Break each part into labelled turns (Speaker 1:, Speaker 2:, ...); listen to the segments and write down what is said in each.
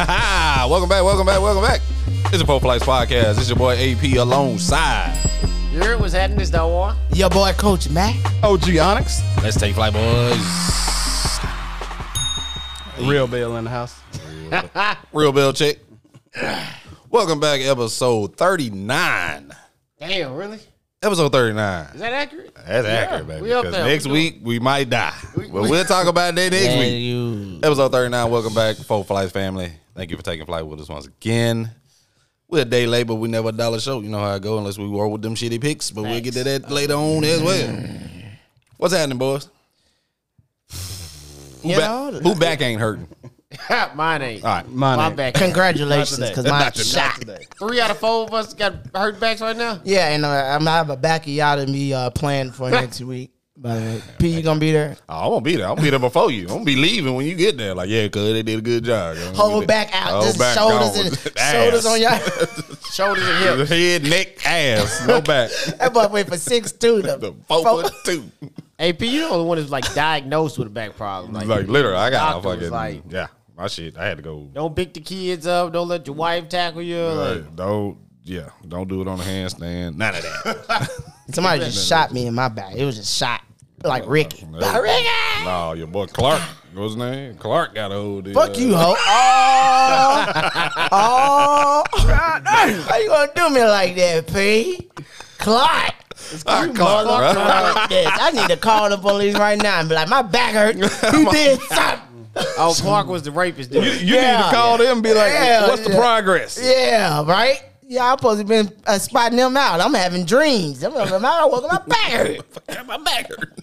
Speaker 1: Ah, welcome back, welcome back, welcome back. It's a Pope Flights podcast. This is your boy AP alongside.
Speaker 2: You're was heading this door.
Speaker 3: Your boy Coach Mac.
Speaker 4: OG Onyx.
Speaker 1: Let's take flight, boys.
Speaker 4: Real Bill in the house.
Speaker 1: Real Bill Chick. welcome back, episode 39.
Speaker 2: Damn, really?
Speaker 1: Episode 39.
Speaker 2: Is that accurate?
Speaker 1: That's accurate, baby.
Speaker 2: we up
Speaker 1: Because
Speaker 2: there.
Speaker 1: next
Speaker 2: We
Speaker 1: week we might die. but we'll talk about that next
Speaker 3: And
Speaker 1: week.
Speaker 3: you.
Speaker 1: Episode 39. Welcome back, Four Flights family. Thank you for taking flight with us once again. We're a day late, but we never a dollar show. You know how I go unless we roll with them shitty picks, but we'll get to that later on as well. What's happening, boys? Who,
Speaker 3: You
Speaker 1: back,
Speaker 3: know,
Speaker 1: who back ain't hurting?
Speaker 2: Mine ain't.
Speaker 1: All right.
Speaker 4: Mine
Speaker 2: My
Speaker 4: ain't.
Speaker 2: back.
Speaker 3: Congratulations,
Speaker 4: Not today.
Speaker 3: because my
Speaker 1: Not today. Oh,
Speaker 3: shot.
Speaker 2: Three out of four of us got hurt backs right now.
Speaker 3: Yeah, and uh, I'm gonna have a Bacchiotomy uh, planned for next week. By the way, P, you gonna be there?
Speaker 1: Oh, I won't be there. I'll be there before you. I'm gonna be leaving when you get there. Like, yeah, cuz they did a good job. I'm gonna
Speaker 3: Hold
Speaker 1: be there.
Speaker 3: back out,
Speaker 1: Hold
Speaker 3: just
Speaker 1: back,
Speaker 3: shoulders
Speaker 1: gone.
Speaker 3: and
Speaker 1: Ass.
Speaker 3: shoulders on your.
Speaker 2: Shoulders and hips.
Speaker 1: head, neck, ass, no back.
Speaker 3: that boy went for six two.
Speaker 1: The
Speaker 3: The
Speaker 1: four
Speaker 3: four-
Speaker 1: foot two.
Speaker 2: AP, you the only one who's like diagnosed with a back problem. Like,
Speaker 1: Like literally, I got
Speaker 2: Doctor was
Speaker 1: fucking
Speaker 2: like-
Speaker 1: yeah. My shit, I had to go.
Speaker 2: don't pick the kids up. Don't let your wife tackle you. Like,
Speaker 1: Like, don't yeah, don't do it on a handstand. None of that.
Speaker 3: Somebody just shot me in my back. It was just shot like
Speaker 1: Oh,
Speaker 3: Ricky. Like, Ricky.
Speaker 1: No, your boy Clark. What's his name? Clark got a hold of
Speaker 3: Fuck you, hoe. Oh, oh. How you gonna do me like that, P?
Speaker 1: Clark,
Speaker 3: Clark.
Speaker 1: Ah, Clark,
Speaker 3: Fuck
Speaker 1: bro.
Speaker 3: like this. I need to call the police right now and be like, my back hurt. You did something.
Speaker 2: oh, Clark was the rapist. Dude.
Speaker 1: You, you need
Speaker 3: Yeah.
Speaker 1: to call them and be like,
Speaker 3: Yeah,
Speaker 1: what's the
Speaker 3: yeah.
Speaker 1: progress?
Speaker 3: Yeah, right? Yeah, I'm supposed to been uh, spotting them out. I'm having dreams. I'm having my, my back hurt.
Speaker 1: My back hurt.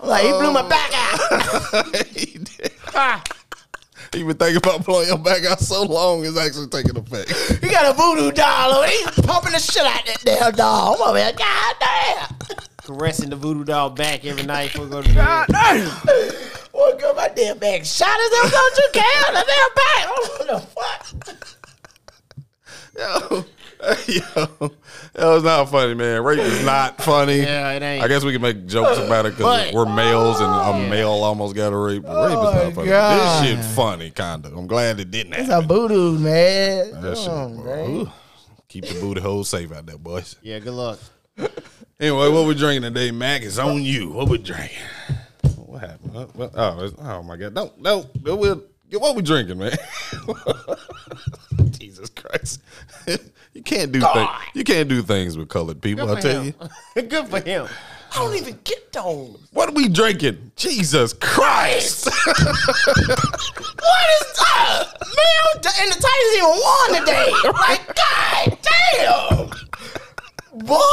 Speaker 3: I'm like, he blew my back out.
Speaker 1: he did. He been thinking about blowing your back out so long, it's actually taking effect.
Speaker 3: He got a voodoo doll over there. He's pumping the shit out that damn doll. I'm over here, god damn.
Speaker 2: Caressing the voodoo doll back every night before we go to bed.
Speaker 3: Woke up my damn back. Shot as hell, don't you care? The damn back. What the fuck?
Speaker 1: Yo, yo, that was not funny, man. Rape is not funny.
Speaker 2: Yeah, it ain't.
Speaker 1: I guess we can make jokes about it because
Speaker 2: But-
Speaker 1: we're males and a
Speaker 2: Yeah.
Speaker 1: male almost got a rape. But rape is
Speaker 3: Oh,
Speaker 1: not funny. This
Speaker 3: God.
Speaker 1: shit funny, kinda. I'm glad it didn't
Speaker 3: It's a
Speaker 1: happen.
Speaker 3: voodoo, man. Come
Speaker 1: That shit,
Speaker 3: on,
Speaker 1: bro.
Speaker 3: man.
Speaker 1: Ooh. Keep the booty hole safe out there, boys.
Speaker 2: Yeah, good luck.
Speaker 1: Anyway, what we drinking today, Mac? It's on you. What we drinking? What happened? What, what- oh, it's- oh my God! Don't no. We'll, what we drinking, man? Jesus Christ! you can't do things.
Speaker 3: God.
Speaker 1: You can't do things with colored people. I
Speaker 2: for
Speaker 1: tell
Speaker 2: him.
Speaker 1: you.
Speaker 2: good for him.
Speaker 3: I don't even get those.
Speaker 1: What are we drinking? Jesus Christ!
Speaker 3: What is up? Man, I'm- and the Titans even won today. Like, god damn. Boy.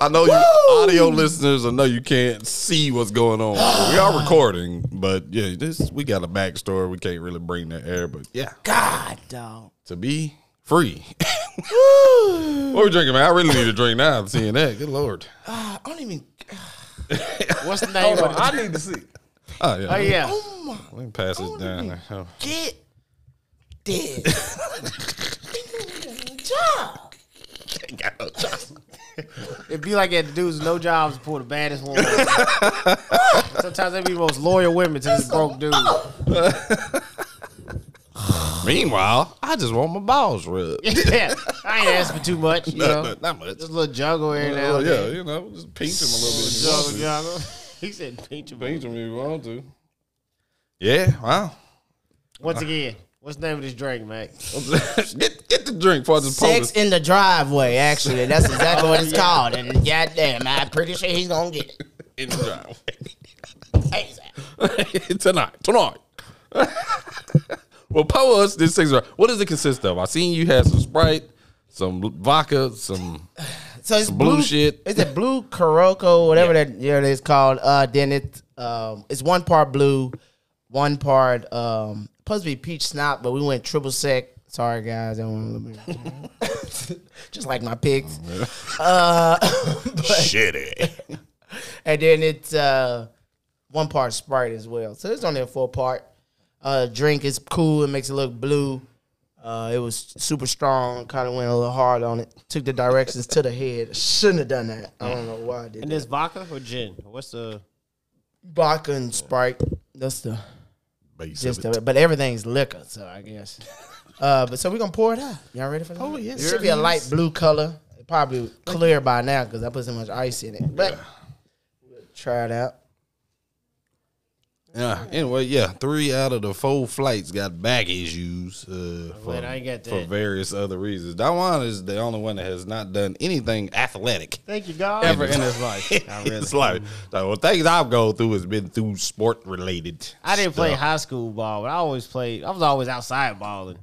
Speaker 1: I know you
Speaker 3: Woo!
Speaker 1: audio listeners. I know you can't see what's going on. we are recording, but yeah, this we got a backstory. We can't really bring that air, but yeah,
Speaker 3: God, dog.
Speaker 1: to be free.
Speaker 3: Woo.
Speaker 1: What we drinking, man? I really need a drink now. Seeing that, good lord.
Speaker 3: I don't even.
Speaker 2: What's the name of it?
Speaker 4: need to see.
Speaker 1: Oh yeah,
Speaker 2: Oh, yeah.
Speaker 3: Oh my
Speaker 1: we can pass this down. there. Oh.
Speaker 3: get this. Job.
Speaker 2: It'd be like that dudes with no jobs pour the baddest one. Sometimes they be the most loyal women to this broke dude.
Speaker 1: Meanwhile, I just want my balls rubbed.
Speaker 2: yeah, I ain't asking for too much, you know.
Speaker 1: Not- Not much.
Speaker 2: Just a little juggle here now.
Speaker 1: Well, yeah, you know, just pinch them a little
Speaker 2: Juggle,
Speaker 1: bit. if you want
Speaker 2: juggle. He said pinch him.
Speaker 1: to. Pinch them if you want to. Yeah, wow.
Speaker 2: Once again, what's the name of this drink, Mac?
Speaker 1: get get the drink for this
Speaker 3: Sex
Speaker 1: post.
Speaker 3: in the driveway, actually. That's exactly what it's called. And goddamn, I'm pretty sure he's going to get it.
Speaker 1: in the
Speaker 3: ASAP.
Speaker 1: driveway tonight. Tonight. well, pour us this six. What does it consist of? I seen you had some Sprite, some vodka, some.
Speaker 3: So it's
Speaker 1: Blue shit.
Speaker 3: Is it blue Kuroko, whatever that yeah, it is called? Uh, then it's um, it's one part blue, one part um, supposed to be peach snot, but we went triple sec. Sorry guys, I want a little bit. Just like my pigs.
Speaker 1: Shitty.
Speaker 3: and then it's uh one part Sprite as well. So it's only a four part. Uh, drink is cool. It makes it look blue. Uh, it was super strong. Kind of went a little hard on it. Took the directions to the head. Shouldn't have done that. I don't know why I did
Speaker 2: And
Speaker 3: that.
Speaker 2: this vodka or gin? What's the
Speaker 3: Vodka and Sprite. That's the
Speaker 1: base
Speaker 3: Just
Speaker 1: of it.
Speaker 3: the, but everything's liquor, so I guess. Uh, but so we're gonna pour it out. Y'all ready for that? Oh yeah, it should be a light blue color. It Probably clear by now because I put so much ice in it. But we'll try it out.
Speaker 1: Yeah. Anyway, yeah, three out of the four flights got back issues. Uh, for,
Speaker 2: Wait, I ain't got
Speaker 1: for
Speaker 2: that.
Speaker 1: various other reasons. Dawan is the only one that has not done anything athletic.
Speaker 2: Thank you, God.
Speaker 1: Ever in
Speaker 4: his life.
Speaker 1: it's like so things I've gone through has been through sport related.
Speaker 2: I didn't play high school ball, but I always played. I was always outside balling.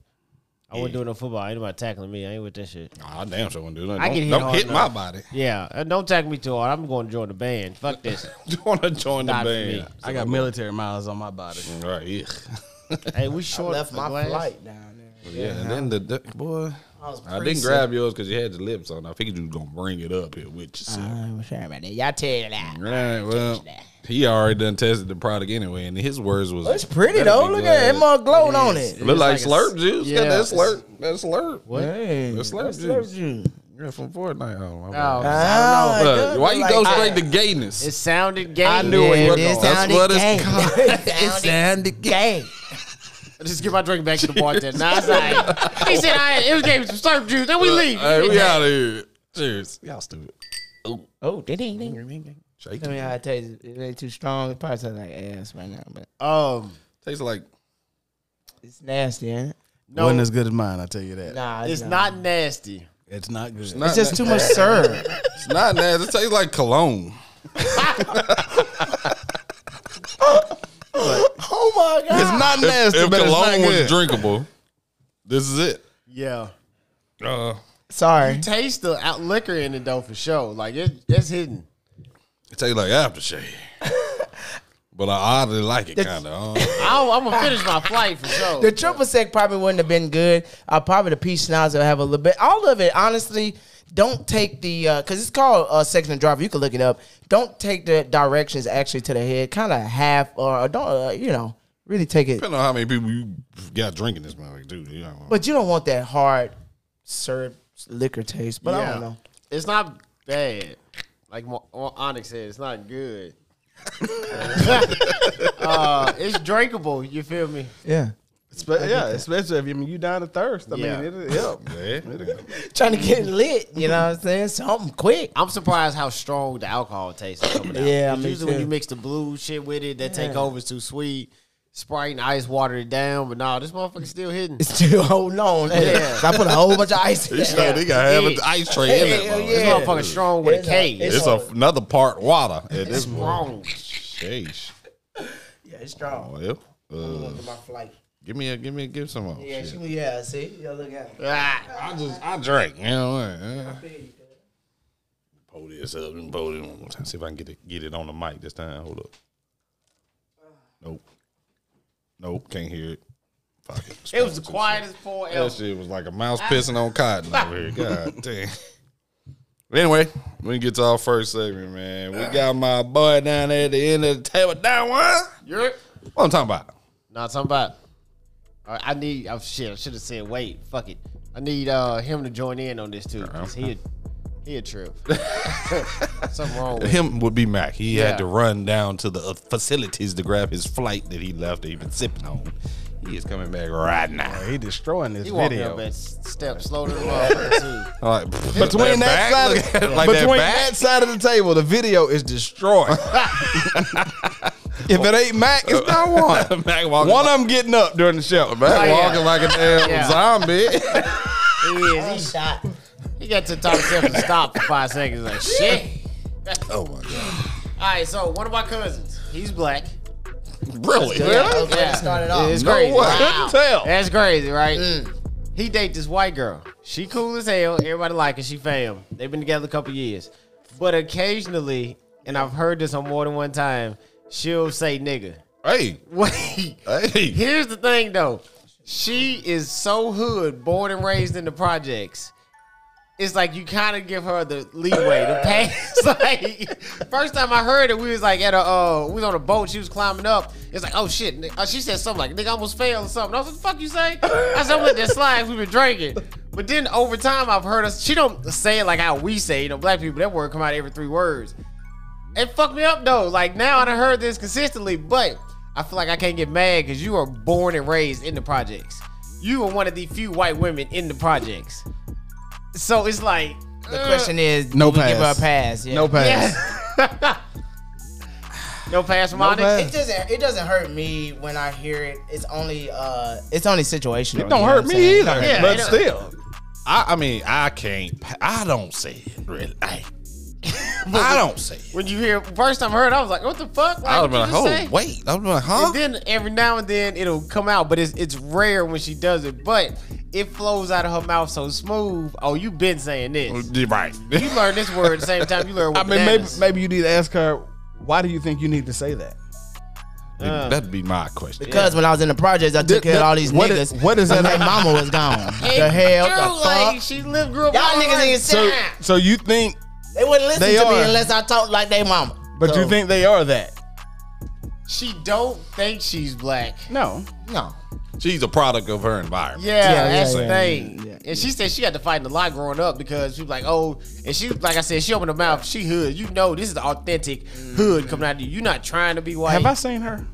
Speaker 2: I wasn't doing no football. Ain't nobody tackling me. I ain't with that shit.
Speaker 1: Oh, I damn sure wouldn't do that.
Speaker 2: I
Speaker 1: Don't,
Speaker 2: get hit
Speaker 1: don't
Speaker 2: hard
Speaker 1: hit my
Speaker 2: enough.
Speaker 1: body.
Speaker 2: Yeah, uh, don't tackle me too hard. I'm going to join the band. Fuck this.
Speaker 1: You want to join the
Speaker 2: Not for
Speaker 1: band? Mm,
Speaker 4: I got military miles on my body.
Speaker 1: Right. Yeah.
Speaker 2: hey, we short.
Speaker 3: Left
Speaker 2: the
Speaker 3: my
Speaker 2: glass.
Speaker 3: flight down there.
Speaker 1: Yeah, and then the, the boy.
Speaker 3: I was
Speaker 1: I didn't grab yours because you had your lips on. I figured you was gonna bring it up here with you. So.
Speaker 3: I'm sure about that. Y'all tell you that.
Speaker 1: right. Well, he already done tested the product anyway, and his words was.
Speaker 3: It's pretty though. Look at it. It all glowed on it.
Speaker 1: Look like,
Speaker 2: It's like a
Speaker 1: slurp juice. Yeah,
Speaker 2: yeah,
Speaker 1: that
Speaker 2: it's-
Speaker 1: slurp. That slurp. What?
Speaker 3: Hey,
Speaker 1: That slurp
Speaker 3: that's
Speaker 1: juice.
Speaker 3: juice.
Speaker 1: Yeah, from Fortnite. Oh, my
Speaker 2: Oh,
Speaker 1: bad.
Speaker 3: Ah, it
Speaker 1: Look,
Speaker 3: does
Speaker 1: why
Speaker 3: look
Speaker 1: you
Speaker 3: like
Speaker 1: go
Speaker 3: that.
Speaker 1: straight to gayness?
Speaker 2: It sounded gay.
Speaker 4: I knew
Speaker 3: Yeah,
Speaker 4: it
Speaker 3: it
Speaker 4: was
Speaker 3: is
Speaker 4: going.
Speaker 1: That's
Speaker 3: sounded
Speaker 1: what it's
Speaker 3: gay.
Speaker 1: called.
Speaker 3: It sounded gay.
Speaker 2: Just give my drink back to the bartender. nah, it's all right. He said, I, it was gave me some slurp juice. Then we leave.
Speaker 1: Hey, we out of here. Cheers. Y'all stupid.
Speaker 3: Oh, ding ding ding ding ding.
Speaker 1: Shake
Speaker 3: Tell me
Speaker 1: it.
Speaker 3: how it tastes. It ain't too strong. It probably tastes like ass right now, but
Speaker 2: Um,
Speaker 1: Tastes like
Speaker 3: it's nasty, ain't it?
Speaker 2: no,
Speaker 4: Wasn't as good as mine, I tell you that.
Speaker 3: Nah,
Speaker 2: it's not nasty.
Speaker 4: It's not good.
Speaker 1: not
Speaker 3: It's just too much syrup.
Speaker 1: It's not nasty. It tastes like cologne.
Speaker 3: oh my god!
Speaker 4: It's not nasty,
Speaker 1: If
Speaker 4: but it's not
Speaker 1: cologne was
Speaker 4: good.
Speaker 1: drinkable, this is it.
Speaker 2: Yeah.
Speaker 1: Uh,
Speaker 4: Uh-uh.
Speaker 3: Sorry.
Speaker 2: Taste the out liquor in it, though, for sure. Like, it, it's hidden.
Speaker 1: it tastes like aftershave. but I oddly like it, kind of.
Speaker 2: I'll, I'm going to finish my flight for sure.
Speaker 3: The triple sec probably wouldn't have been good. Uh, probably the peach schnapps will have a little bit. All of it, honestly. Don't take the uh 'cause because it's called uh, section of driver. You can look it up. Don't take the directions actually to the head. Kind of half or or don't uh, you know? Really take it.
Speaker 1: Depending on how many people you got drinking this motherfucker, too. You know.
Speaker 3: But you don't want that hard syrup liquor taste. But I
Speaker 2: Yeah.
Speaker 3: don't know.
Speaker 2: It's not bad. Like Mo- Mo- Onyx said, it's not good. uh, it's drinkable. You feel me?
Speaker 3: Yeah.
Speaker 4: Spe- yeah, especially if you, I mean, you down to thirst. I
Speaker 2: Yeah.
Speaker 4: mean, it, it help.
Speaker 1: Yeah.
Speaker 3: Trying to get lit. You know what I'm saying? Something quick.
Speaker 2: I'm surprised how strong the alcohol tastes is coming out.
Speaker 3: Yeah,
Speaker 2: 'Cause
Speaker 3: me
Speaker 2: usually when
Speaker 3: too.
Speaker 2: you mix the blue shit with it, that takeover is too sweet. Sprite and ice watered it down, but nah, this motherfucker's still hidden.
Speaker 3: It's still holding on.
Speaker 2: Yeah.
Speaker 3: So I put a whole bunch of ice in
Speaker 1: He
Speaker 3: there.
Speaker 1: said he got have an
Speaker 2: Yeah.
Speaker 1: ice tray in
Speaker 3: Hell
Speaker 1: it.
Speaker 2: This
Speaker 3: yeah.
Speaker 1: Yeah.
Speaker 2: motherfucker's strong with
Speaker 3: It's
Speaker 2: a
Speaker 3: a-
Speaker 2: K.
Speaker 3: it's
Speaker 1: It's
Speaker 2: It's,
Speaker 1: a, another part water at this point.
Speaker 2: wrong.
Speaker 1: Sheesh.
Speaker 3: Yeah, it's strong.
Speaker 1: Well, uh,
Speaker 2: Oh,
Speaker 3: Look at my flight.
Speaker 1: give me a give me a give some more.
Speaker 3: Yeah,
Speaker 1: Shit.
Speaker 3: she, yeah, see? Yeah, look at it.
Speaker 2: Ah,
Speaker 1: I just I drink. You know what? Yeah. Pull this up and pull it one more time. See if I can get it get it on the mic this time. Hold up. Nope. Nope. Can't hear it. Fuck it.
Speaker 2: it was the quietest pour
Speaker 1: That
Speaker 2: ever.
Speaker 1: shit was like a mouse pissing on cotton over here. God damn. But anyway, we get to our first segment, man. We got my boy down there at the end of the table. Down one.
Speaker 2: You're
Speaker 1: What I'm talking about?
Speaker 2: Nah, talking about. All right, I need. Oh shit! I should have said. Wait, fuck it. I need uh him to join in on this too. 'cause he a, he a trip. Something wrong with him.
Speaker 1: Him would be Mac. He had
Speaker 2: Yeah.
Speaker 1: to run down to the uh, facilities to grab his flight that he left that he been sipping on. He is coming back right now.
Speaker 4: He destroying this
Speaker 2: He walking up
Speaker 4: video.
Speaker 2: that s- step slow to the motherfucker too.
Speaker 1: I'm Like,
Speaker 4: Between that,
Speaker 1: back,
Speaker 4: side,
Speaker 1: look
Speaker 4: of,
Speaker 1: at- like
Speaker 4: between
Speaker 1: that,
Speaker 4: that, side of the table, the video is destroyed. if it ain't Mac, it's not
Speaker 1: back.
Speaker 4: one.
Speaker 1: Mac walking
Speaker 4: One
Speaker 1: like,
Speaker 4: of them getting up during the show.
Speaker 1: Mac
Speaker 2: yeah.
Speaker 1: walking like a damn
Speaker 2: Yeah.
Speaker 1: zombie.
Speaker 2: He is.
Speaker 3: Shot.
Speaker 2: He, he got to the top step and stopped for five seconds. Like shit.
Speaker 1: oh my god!
Speaker 2: All right, so one of my cousins. He's black.
Speaker 1: Really?
Speaker 3: Yeah, okay,
Speaker 2: Yeah.
Speaker 3: it started off.
Speaker 2: It's
Speaker 1: No
Speaker 2: crazy.
Speaker 1: way.
Speaker 2: right?
Speaker 1: Couldn't tell.
Speaker 2: That's crazy, right? He date this white girl. She cool as hell. Everybody like her. She fam. They've been together a couple years. But occasionally, and I've heard this on more than one time, she'll say nigga.
Speaker 1: Hey,
Speaker 2: Wait.
Speaker 1: hey.
Speaker 2: Here's the thing though. She is so hood, born and raised in the projects. It's like you kind of give her the leeway to pass. like first time I heard it, we was like at a uh, we was on a boat. She was climbing up. It's like oh shit. ni- Uh, she said something like nigga almost failed or something. I was like fuck you say. I said with that slide we been drinking. But then over time I've heard us. She don't say it like how we say. You know black people that word come out every three words. It fucked me up though. Like now I done heard this consistently, but I feel like I can't get mad because you are born and raised in the projects. You are one of the few white women in the projects. So it's like uh,
Speaker 3: The question is,
Speaker 4: Uh, No
Speaker 3: do we give her
Speaker 4: pass.
Speaker 3: a pass. Yeah.
Speaker 4: No pass.
Speaker 2: no pass from Onyx?
Speaker 4: pass.
Speaker 3: It doesn't. It doesn't hurt me when I hear it. It's only. Uh, it's only situational.
Speaker 4: Don't hurt me either.
Speaker 2: Yeah,
Speaker 4: but
Speaker 2: it don't-
Speaker 4: still,
Speaker 1: I, I mean, I can't. pa- I don't say it really. I, I don't say it.
Speaker 2: When you hear first time heard, I was like, what the fuck? Like,
Speaker 1: I was
Speaker 2: what
Speaker 1: like,
Speaker 2: you
Speaker 1: oh
Speaker 2: just say?
Speaker 1: wait. I was like, huh?
Speaker 2: And then every now and then it'll come out, but it's it's rare when she does it. But it flows out of her mouth so smooth. Oh, you been saying
Speaker 1: Oh,
Speaker 2: this.
Speaker 1: right.
Speaker 2: You learned this word the same time you learned.
Speaker 4: I mean, maybe
Speaker 2: bananas.
Speaker 4: maybe you need to ask her. Why do you think you need to say that?
Speaker 2: uh,
Speaker 1: That'd be my question.
Speaker 3: Because when I was in the projects, I took care of all these
Speaker 4: what is-
Speaker 3: niggas.
Speaker 4: what is that-
Speaker 3: My mama was gone. the hell,
Speaker 2: Girl,
Speaker 3: the fuck.
Speaker 2: like she lived, grew up.
Speaker 3: Y'all
Speaker 2: all
Speaker 3: niggas
Speaker 2: her
Speaker 3: ain't
Speaker 2: life.
Speaker 4: So,
Speaker 3: shit.
Speaker 4: so you think,
Speaker 3: They wouldn't listen
Speaker 4: They
Speaker 3: to me
Speaker 4: are.
Speaker 3: unless I talked like they mama.
Speaker 4: but
Speaker 3: So,
Speaker 4: you think they are that?
Speaker 2: She don't think she's black.
Speaker 4: No.
Speaker 3: no?
Speaker 1: She's a product of her environment.
Speaker 2: Yeah,
Speaker 3: Yeah,
Speaker 2: that's
Speaker 3: yeah,
Speaker 2: the
Speaker 3: yeah,
Speaker 2: thing. And she said she had to fight a lot growing up because she was like, oh, and she like I said, she opened her mouth. She hood. You know, this is the authentic
Speaker 3: Mm.
Speaker 2: hood coming out of you. You're not trying to be white.
Speaker 4: Have I seen her?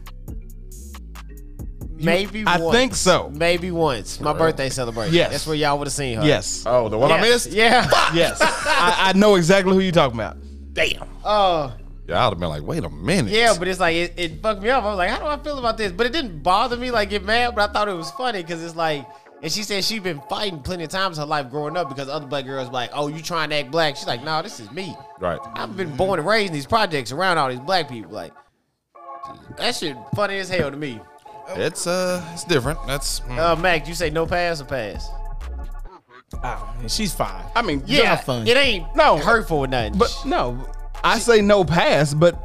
Speaker 2: Maybe
Speaker 4: I
Speaker 2: once.
Speaker 4: think so.
Speaker 2: Maybe once. My birthday celebration.
Speaker 4: Yes.
Speaker 2: That's where y'all would have seen her.
Speaker 4: Yes.
Speaker 1: Oh, the one
Speaker 2: Yeah.
Speaker 1: I missed.
Speaker 2: Yeah.
Speaker 4: Yes. I, I know exactly who you're talking about.
Speaker 1: Damn.
Speaker 2: Uh,
Speaker 1: Yeah, I'd have been like, wait a minute.
Speaker 2: yeah, but it's like, it, it fucked me up. I was like, how do I feel about this? But it didn't bother me, like, get mad, but I thought it was funny because it's like, and she said she'd been fighting plenty of times her life growing up because other black girls like, oh, you trying to act black. She's like, nah, this is me.
Speaker 1: Right.
Speaker 2: I've been born and raised in these projects around all these black people. Like, that shit funny as hell to me.
Speaker 1: It's uh, it's different. That's mm.
Speaker 2: Uh, Mac, you say no pass or pass?
Speaker 3: Oh, man, she's fine.
Speaker 4: I mean,
Speaker 2: Yeah,
Speaker 4: y'all fun.
Speaker 2: it ain't
Speaker 4: No.
Speaker 2: hurtful or nothing.
Speaker 4: But no, I say no pass, but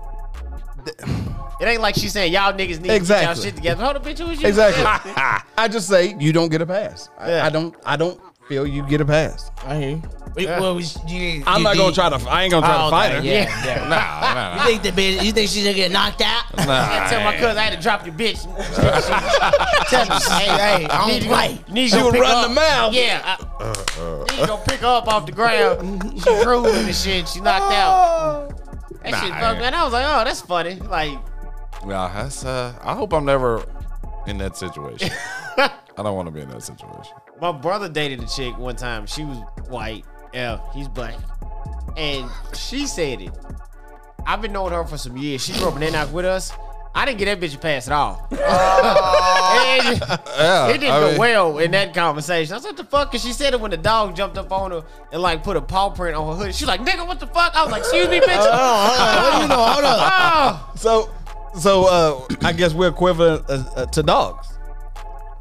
Speaker 2: It ain't like she's saying y'all niggas need to get
Speaker 4: Exactly.
Speaker 2: y'all shit together. Hold up, bitch, who is you?
Speaker 4: exactly.
Speaker 2: Yeah.
Speaker 4: I just say you don't get a pass. I,
Speaker 2: Yeah.
Speaker 4: I don't. I don't feel you get a pass.
Speaker 3: I hear. You. We, well, we, you,
Speaker 4: I'm
Speaker 3: you
Speaker 4: not gonna
Speaker 3: did-
Speaker 4: try to. I ain't gonna try
Speaker 3: Oh,
Speaker 4: to fight
Speaker 3: okay,
Speaker 4: her.
Speaker 3: Yeah,
Speaker 1: nah,
Speaker 3: yeah.
Speaker 1: nah, nah.
Speaker 3: You think the bitch? You think she's gonna get knocked out?
Speaker 2: I tell my cousin I had to drop your bitch. tell me, hey, hey,
Speaker 3: I'm
Speaker 2: need you-
Speaker 3: white.
Speaker 2: Need
Speaker 4: She
Speaker 2: you
Speaker 4: would
Speaker 2: to pick
Speaker 4: run
Speaker 2: up.
Speaker 4: the mouth. Uh-uh.
Speaker 2: Yeah, I, need you to pick her up off the ground. She drooling and shit. She knocked out. That
Speaker 1: Nah,
Speaker 2: shit
Speaker 1: yeah.
Speaker 2: fucked me. And I was like, oh, that's funny. Like,
Speaker 1: Nah, that's uh. I hope I'm never in that situation. I don't want to be in that situation.
Speaker 2: my brother dated a chick one time. She was white. Yeah, he's black. And she said it. I've been knowing her for some years. She grew up in Enoch with us. I didn't get that bitch a pass at all. And
Speaker 1: Yeah,
Speaker 2: it didn't
Speaker 1: Uh, I
Speaker 2: go
Speaker 1: mean,
Speaker 2: well in that conversation. I said, "What the fuck?" Because she said it when the dog jumped up on her and like put a paw print on her hood. She was like, "Nigga, what the fuck?" I was like, "Excuse me, bitch."
Speaker 4: What do you know? Hold on.
Speaker 2: oh,
Speaker 4: So, so uh, I guess we're equivalent uh, uh, to dogs.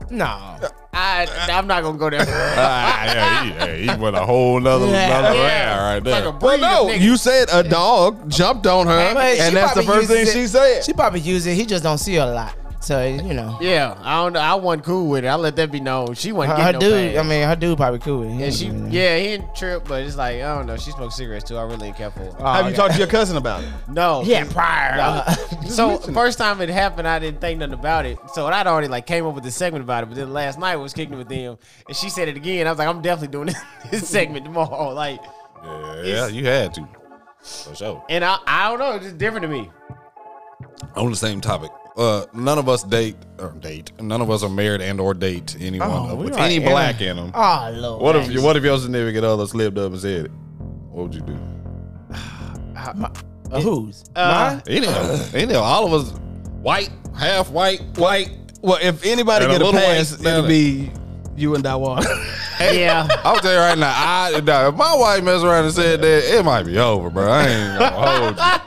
Speaker 3: No.
Speaker 2: I, I'm not gonna go there.
Speaker 1: ah, yeah, he, yeah, he went a whole nother,
Speaker 3: Yeah.
Speaker 1: nother
Speaker 2: Yeah.
Speaker 1: round right there.
Speaker 2: Like a
Speaker 4: Well,
Speaker 2: breed
Speaker 4: no,
Speaker 2: of niggas.
Speaker 4: you said a dog jumped on her,
Speaker 3: But she
Speaker 4: and that's the
Speaker 3: probably
Speaker 4: first thing
Speaker 3: uses
Speaker 4: she
Speaker 3: it-
Speaker 4: said.
Speaker 3: She probably used it. He just don't see her a lot. So you know,
Speaker 2: Yeah, I don't. know. I wasn't cool with it. I let that be known. She wasn't
Speaker 3: her, her
Speaker 2: getting no
Speaker 3: dude.
Speaker 2: pass.
Speaker 3: I mean, her dude probably cool.
Speaker 2: and she, yeah, he didn't trip, but it's like I don't know. She smoked cigarettes too. I really ain't care for.
Speaker 5: Oh,
Speaker 2: Her.
Speaker 5: Uh,
Speaker 4: Have you talked to your cousin about it?
Speaker 2: No,
Speaker 3: Yeah, prior. uh,
Speaker 2: So first time it happened, I didn't think nothing about it. So I'd already like came up with this segment about it, but then last night I was kicking it with them, and she said it again. I was like, I'm definitely doing this, this segment tomorrow. Like,
Speaker 1: Yeah, yeah, you had to. For sure.
Speaker 2: and I, I don't know, it's just different to me.
Speaker 1: on the same topic. Uh, none of us date or date. None of us are married and or date anyone
Speaker 3: Oh,
Speaker 1: of-
Speaker 3: we
Speaker 1: with
Speaker 3: are
Speaker 1: any
Speaker 3: Aaron.
Speaker 1: black in them.
Speaker 3: oh lord.
Speaker 1: what if what if your significant other slipped up and said it? What would you do?
Speaker 3: Uh, who's?
Speaker 2: Uh,
Speaker 1: Any of any of all of us, white, half white, white.
Speaker 4: Well, if anybody
Speaker 1: And a
Speaker 4: get a,
Speaker 1: little
Speaker 4: pass,
Speaker 1: white
Speaker 4: it'll
Speaker 1: belly.
Speaker 4: be you and Dawan.
Speaker 2: yeah,
Speaker 1: I'll tell you right now, I nah, if my wife mess around and said that, it might be over, bro. I ain't gonna hold you.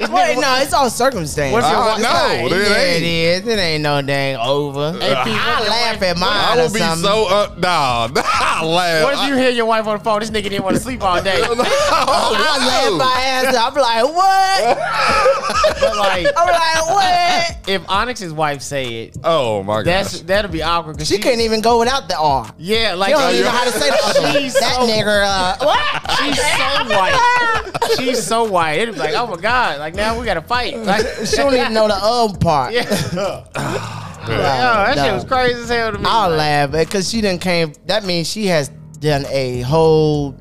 Speaker 3: Wait, no, it's all circumstance.
Speaker 2: What's your-
Speaker 1: I know,
Speaker 3: yeah,
Speaker 1: dude,
Speaker 3: it
Speaker 1: it ain't. Uh,
Speaker 3: is. It ain't no dang over. I laugh at mine.
Speaker 1: I
Speaker 3: or
Speaker 1: would be
Speaker 3: something.
Speaker 1: so uh, nah, nah, I laugh.
Speaker 2: what if
Speaker 3: uh,
Speaker 2: you hear your wife on the phone? This nigga didn't want to sleep all day.
Speaker 3: I laugh
Speaker 1: I,
Speaker 3: my ass off. I'm like, what?
Speaker 2: But like,
Speaker 3: I'm like, what?
Speaker 2: if Onyx's wife say it,
Speaker 1: oh my god.
Speaker 2: that's that'll be awkward because
Speaker 3: She couldn't even go without the R.
Speaker 2: Yeah, like
Speaker 3: She don't even
Speaker 2: uh,
Speaker 3: know how to say the other. one.
Speaker 2: She's
Speaker 3: That
Speaker 2: so-
Speaker 3: nigga, uh, what?
Speaker 2: She's so white. She's so white. It'd be like, oh my god! Like now we gotta fight. Like,
Speaker 3: She don't even know the um part.
Speaker 2: Yeah. Like, oh, that shit
Speaker 3: no.
Speaker 2: was crazy as hell to me.
Speaker 3: I'll
Speaker 2: Like,
Speaker 3: laugh because she done came. That means she has done a whole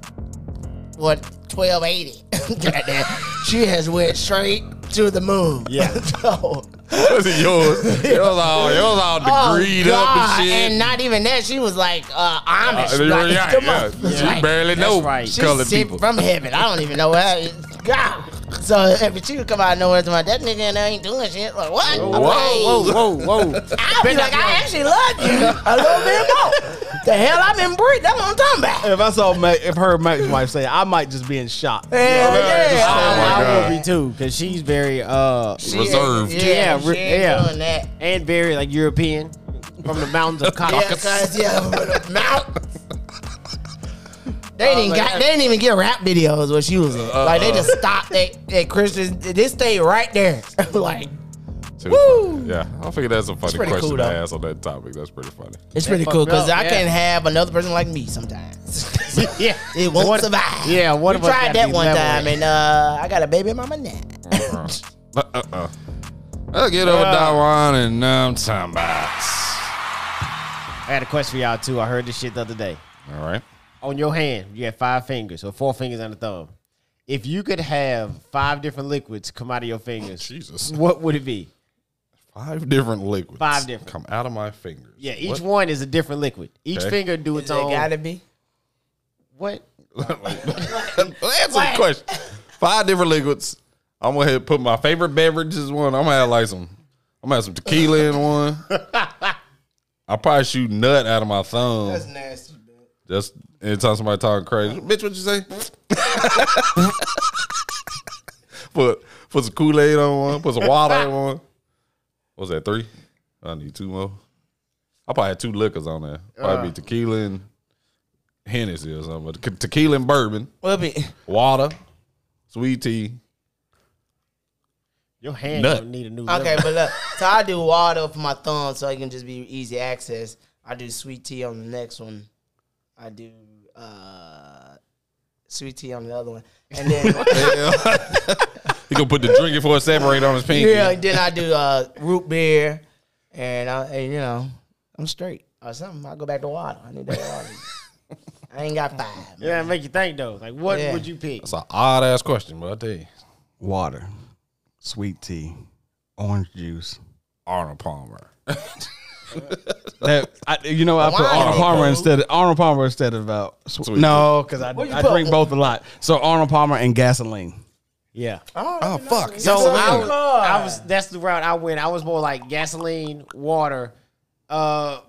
Speaker 3: what twelve eighty. Goddamn, she has went straight to the moon.
Speaker 2: Yeah.
Speaker 3: so oh,
Speaker 1: Was it yours? Yours all, yours all
Speaker 2: Oh,
Speaker 1: degreed up and shit.
Speaker 3: and not even that. She was like uh, Amish.
Speaker 1: Uh,
Speaker 3: like,
Speaker 1: yeah,
Speaker 3: come
Speaker 1: yeah.
Speaker 3: on.
Speaker 1: She
Speaker 3: Like,
Speaker 1: barely
Speaker 2: That's
Speaker 1: know
Speaker 2: right. She
Speaker 1: colored
Speaker 3: sent
Speaker 1: people.
Speaker 3: from heaven. I don't even know where. God. So if she would come out of nowhere to my that nigga and I ain't doing shit. Like what? I'm like,
Speaker 2: Whoa, whoa, whoa, whoa.
Speaker 3: I'll be like, I actually love you a little bit more. The hell I've been breathing. That's what I'm talking about.
Speaker 5: If I saw Mac, if her Mac's wife say, it, I might just be in shock.
Speaker 3: Hell yeah.
Speaker 1: Oh, my
Speaker 2: I
Speaker 1: God.
Speaker 2: will be too, because she's very uh
Speaker 3: She
Speaker 1: Reserved.
Speaker 3: ain't- Yeah,
Speaker 2: Yeah,
Speaker 3: she
Speaker 2: re-
Speaker 3: ain't
Speaker 2: yeah.
Speaker 3: doing that.
Speaker 2: and very like European from the mountains of
Speaker 3: Yeah,
Speaker 2: Caucasus.
Speaker 3: cause yeah, with the mouth. They
Speaker 2: Oh,
Speaker 3: didn't got. They didn't even get rap videos where she was in. like they just stopped at, at Christian. This stayed right there. like
Speaker 1: Too funny. Yeah, I figured that's a funny
Speaker 3: pretty
Speaker 1: question
Speaker 3: cool,
Speaker 1: to
Speaker 3: though.
Speaker 1: ask on that topic. That's pretty funny.
Speaker 3: it's pretty cool
Speaker 2: fucked
Speaker 3: because
Speaker 2: up,
Speaker 3: I
Speaker 2: yeah.
Speaker 3: can have another person like me sometimes.
Speaker 2: yeah,
Speaker 3: It won't
Speaker 2: What-
Speaker 3: survive.
Speaker 2: yeah, one
Speaker 3: we
Speaker 2: of us
Speaker 3: tried
Speaker 2: gotta
Speaker 3: that
Speaker 2: be
Speaker 3: one
Speaker 2: level. Uh-huh.
Speaker 3: time, and uh, I got a baby mama now.
Speaker 1: Uh-uh. Uh-uh. I'll get over Dawan and um, time box.
Speaker 2: I had a question for y'all too. I heard this shit the other day.
Speaker 1: All right.
Speaker 2: On your hand, you had five fingers or four fingers on the thumb. If you could have five different liquids come out of your fingers,
Speaker 1: Jesus.
Speaker 2: what would it be?
Speaker 1: Five different liquids.
Speaker 2: Five different.
Speaker 1: Come out of my fingers.
Speaker 2: Yeah,
Speaker 1: What?
Speaker 2: each one is a different liquid. Each
Speaker 1: Okay.
Speaker 2: finger do
Speaker 3: It
Speaker 2: its own.
Speaker 3: gotta be.
Speaker 2: What?
Speaker 1: Answer the question. Five different liquids. I'm gonna have- put my favorite beverages in one. I'm gonna have like some. I'm gonna have some tequila in one. I probably shoot nut out of my thumb.
Speaker 3: nasty.
Speaker 1: Just anytime somebody talking crazy, bitch, what you say? put put some Kool Aid on one, put some water on one. What's that? Three? I need two more. I probably had two liquors on there. Probably
Speaker 4: Uh.
Speaker 1: be tequila and Hennessy or something. But tequila and bourbon,
Speaker 3: Well, be
Speaker 1: water, sweet tea.
Speaker 2: Your hand
Speaker 1: Nut.
Speaker 2: don't need a new.
Speaker 3: okay,
Speaker 2: liquid.
Speaker 3: but look. So I do water for my thumb, so it can just be easy access. I do sweet tea on the next one. I do uh, sweet tea on the other one, and then
Speaker 1: He gonna put the drinking for a separate on his pinky.
Speaker 3: yeah, and then I do uh, root beer, and I, and, you know, I'm straight or something. I go back to water. I need that water. I ain't got five. man.
Speaker 2: yeah, it make you think though. Like, what
Speaker 3: Yeah.
Speaker 2: would you pick?
Speaker 1: That's an odd ass question, but I tell you,
Speaker 4: Water, sweet tea, orange juice.
Speaker 1: Arnold Palmer.
Speaker 4: That I, you know, I put
Speaker 3: Why?
Speaker 4: Arnold Palmer instead of Arnold Palmer instead of uh, sw-
Speaker 1: Sweet
Speaker 4: no, because I,
Speaker 3: you
Speaker 4: I
Speaker 3: put?
Speaker 4: drink both a lot. So Arnold Palmer and gasoline.
Speaker 2: Yeah.
Speaker 1: Oh fuck!
Speaker 2: So I was,
Speaker 1: Gasoline.
Speaker 2: I was that's the route I went. I was more like gasoline, water, uh,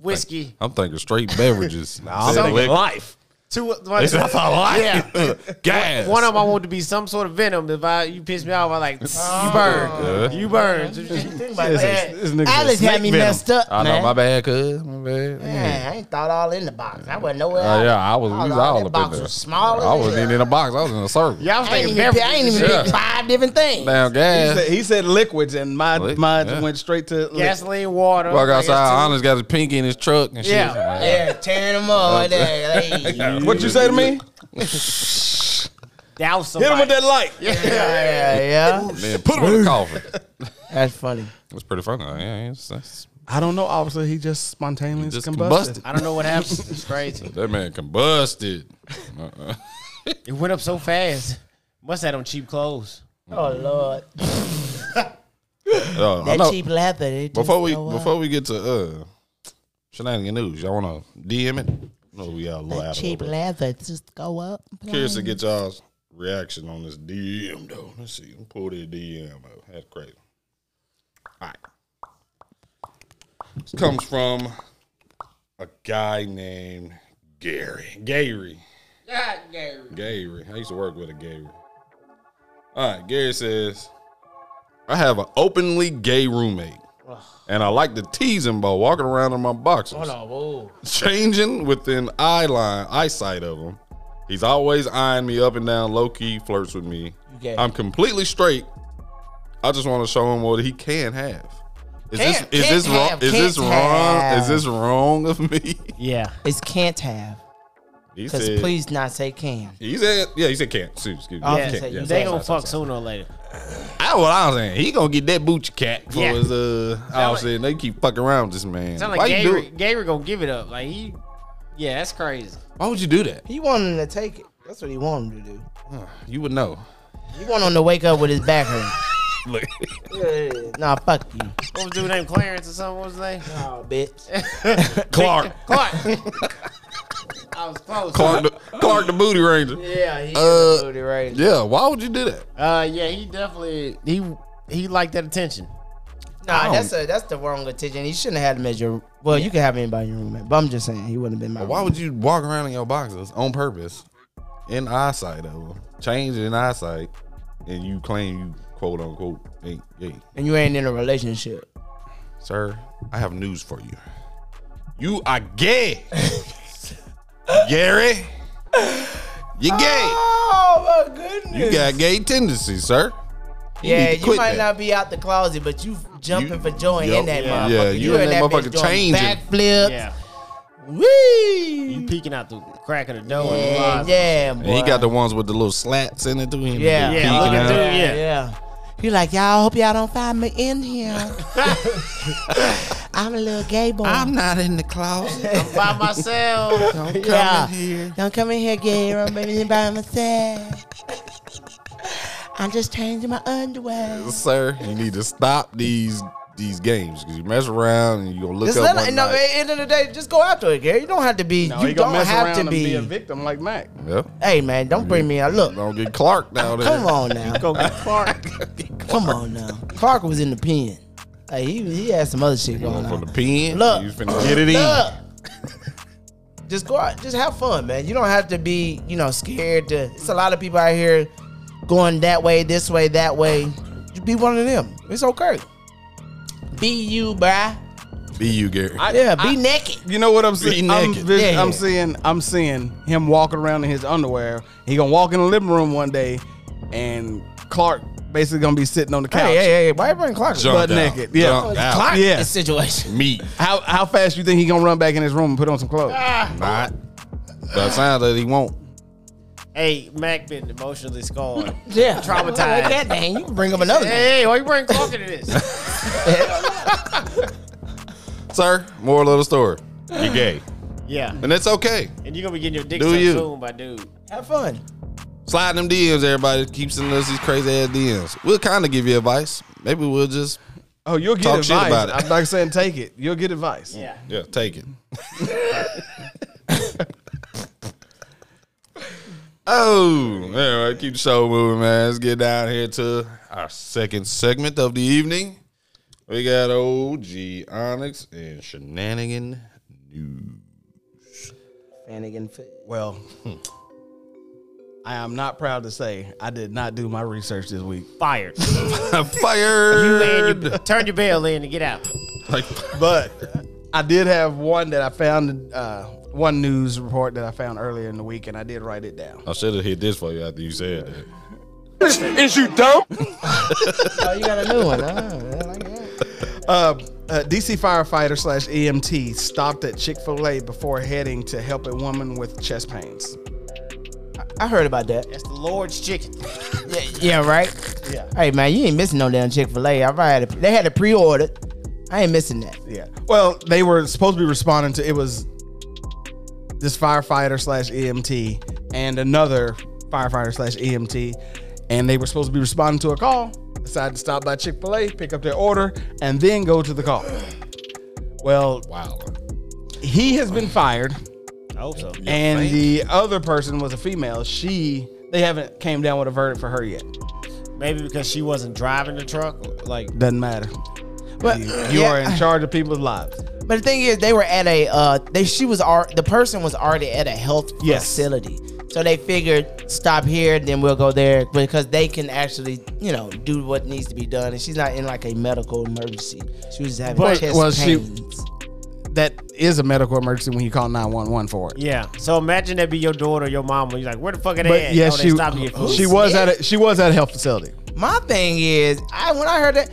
Speaker 2: whiskey.
Speaker 1: I'm thinking straight beverages.
Speaker 4: I'm
Speaker 1: Said
Speaker 4: thinking
Speaker 1: liquor.
Speaker 4: life.
Speaker 2: Two.
Speaker 1: It's not a lot.
Speaker 2: Yeah.
Speaker 1: Gas.
Speaker 2: One of them I want to be some sort of venom. If I you piss me off, I like you burn,
Speaker 1: Yeah.
Speaker 2: you burn.
Speaker 3: Think about
Speaker 4: This is-
Speaker 3: that.
Speaker 4: this nigga's a
Speaker 3: Alice
Speaker 4: snake
Speaker 3: had me
Speaker 4: venom.
Speaker 3: messed up,
Speaker 1: I
Speaker 3: man.
Speaker 1: know my bad, cuz my bad.
Speaker 3: Man, I ain't thought all in the box. I wasn't nowhere.
Speaker 1: Uh,
Speaker 3: else.
Speaker 1: yeah, I was, we was all
Speaker 3: that
Speaker 1: up
Speaker 3: box
Speaker 1: in there.
Speaker 3: Was small as
Speaker 1: I wasn't
Speaker 3: hell.
Speaker 1: even in a box. I was in a circle.
Speaker 2: Yeah, I was
Speaker 3: I ain't
Speaker 2: thinking
Speaker 3: even, pick, I ain't
Speaker 2: beverages.
Speaker 3: even
Speaker 1: Yeah.
Speaker 3: pick five different things.
Speaker 1: Damn
Speaker 4: He
Speaker 1: gas.
Speaker 4: said, he said liquids, and my
Speaker 1: Lick-
Speaker 4: mine
Speaker 1: yeah.
Speaker 4: went straight to liquid.
Speaker 2: gasoline, water.
Speaker 1: Walk
Speaker 2: I guess
Speaker 1: outside.
Speaker 2: two-
Speaker 1: Honest got his pinky in his truck and shit.
Speaker 2: Yeah.
Speaker 3: Yeah, tearing them up. right there. Like, yeah,
Speaker 4: What you say to me?
Speaker 2: Douse somebody.
Speaker 4: Hit him with that light.
Speaker 3: yeah, yeah.
Speaker 1: Man, put him in the coffin.
Speaker 3: That's funny.
Speaker 1: That's pretty funny. Yeah, it's, that's,
Speaker 4: I don't know, officer. He just spontaneously
Speaker 1: just
Speaker 4: combusted.
Speaker 1: combusted.
Speaker 2: I don't know what happened. It's crazy.
Speaker 1: That man combusted. Uh-uh.
Speaker 2: It went up so fast. Must have had on cheap clothes.
Speaker 3: Oh Lord,
Speaker 1: Uh, I
Speaker 3: that
Speaker 1: know-
Speaker 3: cheap leather. it just
Speaker 1: Before we
Speaker 3: go up.
Speaker 1: before we get to uh shenanigan news, y'all wanna DM it? No, we got a little out of
Speaker 3: cheap
Speaker 1: order.
Speaker 3: leather it just go up.
Speaker 1: Curious to get y'all's reaction on this DM though. Let's see. Let me pull that DM up. That's crazy. All right. This comes from a guy named Gary. Gary. Gary. I used to work with a Gary. All right, Gary says, I have an openly gay roommate. And I like to tease him by walking around in my boxers. Changing within eye line, eyesight of him. He's always eyeing me up and down, low key flirts with me.
Speaker 3: gay.
Speaker 1: I'm completely straight. I just want to show him what he can have. Is
Speaker 3: Can't-
Speaker 1: this is this
Speaker 3: can't
Speaker 1: wrong?
Speaker 3: have,
Speaker 1: is this
Speaker 3: can't
Speaker 1: wrong?
Speaker 3: have.
Speaker 1: Is this wrong of me?
Speaker 2: Yeah.
Speaker 3: It's can't have.
Speaker 1: He
Speaker 3: Cause
Speaker 1: said.
Speaker 3: please not say can.
Speaker 1: He said. Yeah, he said can't. Excuse excuse me.
Speaker 3: Oh,
Speaker 1: Can't,
Speaker 3: he said
Speaker 1: yeah,
Speaker 3: you
Speaker 1: sorry,
Speaker 2: They gonna
Speaker 1: sorry, sorry,
Speaker 2: fuck sooner or later.
Speaker 1: That's what I was saying. He gonna get that boochie cat for
Speaker 2: Yeah.
Speaker 1: his uh. I was
Speaker 2: like-
Speaker 1: saying they keep fucking around with this man.
Speaker 2: Sound
Speaker 1: why
Speaker 2: like
Speaker 1: you do
Speaker 2: Gator,
Speaker 1: it?
Speaker 2: Gator gonna give it up. Like he, yeah, that's crazy.
Speaker 1: Why would you do that?
Speaker 3: He wanted to take it. That's what he wanted to do.
Speaker 1: You would know.
Speaker 3: He wanted him to wake up with his back hurt.
Speaker 1: Look,
Speaker 3: Nah, fuck you.
Speaker 2: What was dude named Clarence or something? What was his name?
Speaker 3: Oh, bitch.
Speaker 1: Clark,
Speaker 2: Clark. I was close.
Speaker 1: Clark, the, Clark the Booty Ranger.
Speaker 3: Yeah, he
Speaker 1: Uh,
Speaker 3: uh, right.
Speaker 1: Yeah, why would you do that?
Speaker 2: Uh, yeah, he definitely he he liked that attention.
Speaker 1: I
Speaker 3: Nah,
Speaker 1: don't-
Speaker 3: that's a, that's the wrong attention. He shouldn't have had him as your. Well, you could have anybody in your roommate, but I'm just saying he wouldn't have been my.
Speaker 1: Why would you walk around in your boxes on purpose, in eyesight of them, change in eyesight, and you claim you quote unquote ain't gay?
Speaker 3: And you ain't in a relationship.
Speaker 1: Sir, I have news for you. You are gay, Gary. You're gay.
Speaker 3: Oh my goodness.
Speaker 1: You got gay tendencies, sir.
Speaker 3: yeah,
Speaker 1: need to
Speaker 3: you
Speaker 1: quit
Speaker 3: might
Speaker 1: that.
Speaker 3: not be out the closet, but you jumping
Speaker 1: You-
Speaker 3: for joy
Speaker 1: Yup.
Speaker 3: in that
Speaker 1: Yeah,
Speaker 3: motherfucker.
Speaker 1: you
Speaker 3: in
Speaker 1: in that
Speaker 3: bitch
Speaker 1: motherfucker
Speaker 3: doing
Speaker 1: changing.
Speaker 3: Backflips.
Speaker 2: Yeah, you
Speaker 3: Wee.
Speaker 2: peeking out the crack of the door.
Speaker 3: Yeah,
Speaker 2: and the
Speaker 3: yeah, boy.
Speaker 1: And he got the ones with the little slats in it too. He
Speaker 3: Yeah.
Speaker 1: peeking
Speaker 2: Yeah, look at
Speaker 1: out.
Speaker 2: that.
Speaker 3: yeah.
Speaker 2: Yeah.
Speaker 3: yeah. He like, y'all hope y'all don't find me in here. I'm a little gay boy.
Speaker 1: I'm not in the closet.
Speaker 2: closet. by myself.
Speaker 1: I'm coming
Speaker 3: Yeah.
Speaker 1: here.
Speaker 3: Don't come in here, gay. I'm baby by myself. I'm just changing my underwear.
Speaker 1: Sir, you need to stop these these games because you mess around and you gonna look
Speaker 3: Just
Speaker 1: up
Speaker 3: let
Speaker 1: one
Speaker 3: it, no,
Speaker 1: night.
Speaker 3: at the end of the day, just go after it, Gary. You don't have to be.
Speaker 5: No,
Speaker 3: you
Speaker 5: he gonna
Speaker 3: don't
Speaker 5: mess
Speaker 3: have
Speaker 5: around
Speaker 3: to
Speaker 5: and
Speaker 3: be.
Speaker 5: a victim like Mac.
Speaker 1: Yeah.
Speaker 3: hey, man, don't bring me out. Look,
Speaker 1: Don't get Clark down there.
Speaker 3: come on now,
Speaker 5: Go get Clark.
Speaker 3: come on now. Clark was in the pen. Hey, he he had some other shit going
Speaker 1: Going from the
Speaker 3: on.
Speaker 1: pen.
Speaker 3: Look.
Speaker 1: you finna get it in.
Speaker 3: Look, just go out, just have fun, man. You don't have to be, you know, scared to. It's a lot of people out here going that way, this way, that way. Just be one of them. It's okay. Be you, bruh.
Speaker 1: Be you, Gary.
Speaker 3: Yeah, be naked.
Speaker 5: You know what I'm seeing? I'm,
Speaker 1: naked.
Speaker 5: vis-
Speaker 3: Yeah.
Speaker 5: I'm seeing. I'm seeing him walking around in his underwear. He gonna walk in the living room one day, and Clark basically gonna be sitting on the couch,
Speaker 3: Hey, hey, hey, why you bring Clark?
Speaker 1: Jump
Speaker 5: butt
Speaker 1: out.
Speaker 5: naked. Yeah,
Speaker 1: Jump out.
Speaker 3: Clark
Speaker 5: Yeah.
Speaker 3: this situation.
Speaker 1: Meat.
Speaker 5: How how fast you think he gonna run back in his room and put on some clothes?
Speaker 1: Not. The sound that he won't.
Speaker 2: hey, Mac been emotionally scarred.
Speaker 3: Yeah,
Speaker 2: Traumatized.
Speaker 3: Like that thing, you can bring up another. one.
Speaker 2: hey, why you bring Clark into this?
Speaker 1: Sir, moral of the story. You're gay.
Speaker 2: Yeah,
Speaker 1: And that's okay.
Speaker 2: and you're gonna be getting your dick
Speaker 1: Do
Speaker 2: sucked
Speaker 1: you.
Speaker 2: soon by dude.
Speaker 3: Have fun.
Speaker 1: Slide them DMs, everybody. Keep sending us these crazy ass DMs. We'll kind of give you advice. Maybe we'll just
Speaker 5: Oh, you'll get
Speaker 1: Talk
Speaker 5: advice.
Speaker 1: shit about it.
Speaker 5: I'm not saying take it. You'll get advice.
Speaker 2: Yeah,
Speaker 1: yeah take it. oh, anyway, keep the show moving, man. Let's get down here to our second segment of the evening. We got OG Onyx and Shenanigan News.
Speaker 3: Finnegan.
Speaker 5: Well, I am not proud to say I did not do my research this week.
Speaker 2: fired.
Speaker 1: Fired.
Speaker 2: Turn your bell in and get out.
Speaker 1: Like,
Speaker 5: but I did have one that I found, uh, one news report that I found earlier in the week, and I did write it down.
Speaker 1: I should have hit this for you after you said that.
Speaker 3: Oh, you got a new one. Oh, I like that.
Speaker 5: Uh, uh, DC firefighter slash EMT stopped at Chick fil A before heading to help a woman with chest pains.
Speaker 3: I heard about that.
Speaker 2: That's the Lord's chicken.
Speaker 3: Yeah, yeah, right.
Speaker 5: Yeah.
Speaker 3: Hey man, you ain't missing no damn Chick Fil A. I probably had a, they had a pre order. I ain't missing that.
Speaker 5: Yeah. Well, they were supposed to be responding to it was this firefighter slash EMT and another firefighter slash EMT, and they were supposed to be responding to a call. Decided to stop by Chick Fil A, pick up their order, and then go to the call. Well,
Speaker 1: Wow.
Speaker 5: he has been fired,
Speaker 2: I hope so.
Speaker 5: and the other person was a female. She they haven't came down with a verdict for her yet.
Speaker 2: Maybe because she wasn't driving the truck. Like,
Speaker 5: Doesn't matter.
Speaker 3: But
Speaker 5: You, you
Speaker 3: yeah,
Speaker 5: are in charge of people's lives.
Speaker 3: But the thing is, they were at a uh, they she was ar- the person was already at a health
Speaker 5: Yes.
Speaker 3: facility, so they figured stop here, then we'll go there because they can actually you know do what needs to be done, and she's not in like a medical emergency. She was having
Speaker 5: But-
Speaker 3: chest
Speaker 5: well, she-
Speaker 3: pains.
Speaker 5: That is a medical emergency when you call nine one one for it.
Speaker 2: yeah. So imagine that be your daughter or your mama. You're like, where the fuck are they
Speaker 5: But
Speaker 2: at?
Speaker 5: yeah,
Speaker 2: oh,
Speaker 5: she
Speaker 2: they stopped me at food.
Speaker 5: she was at a she was at a health facility.
Speaker 3: My thing is, I when I heard that.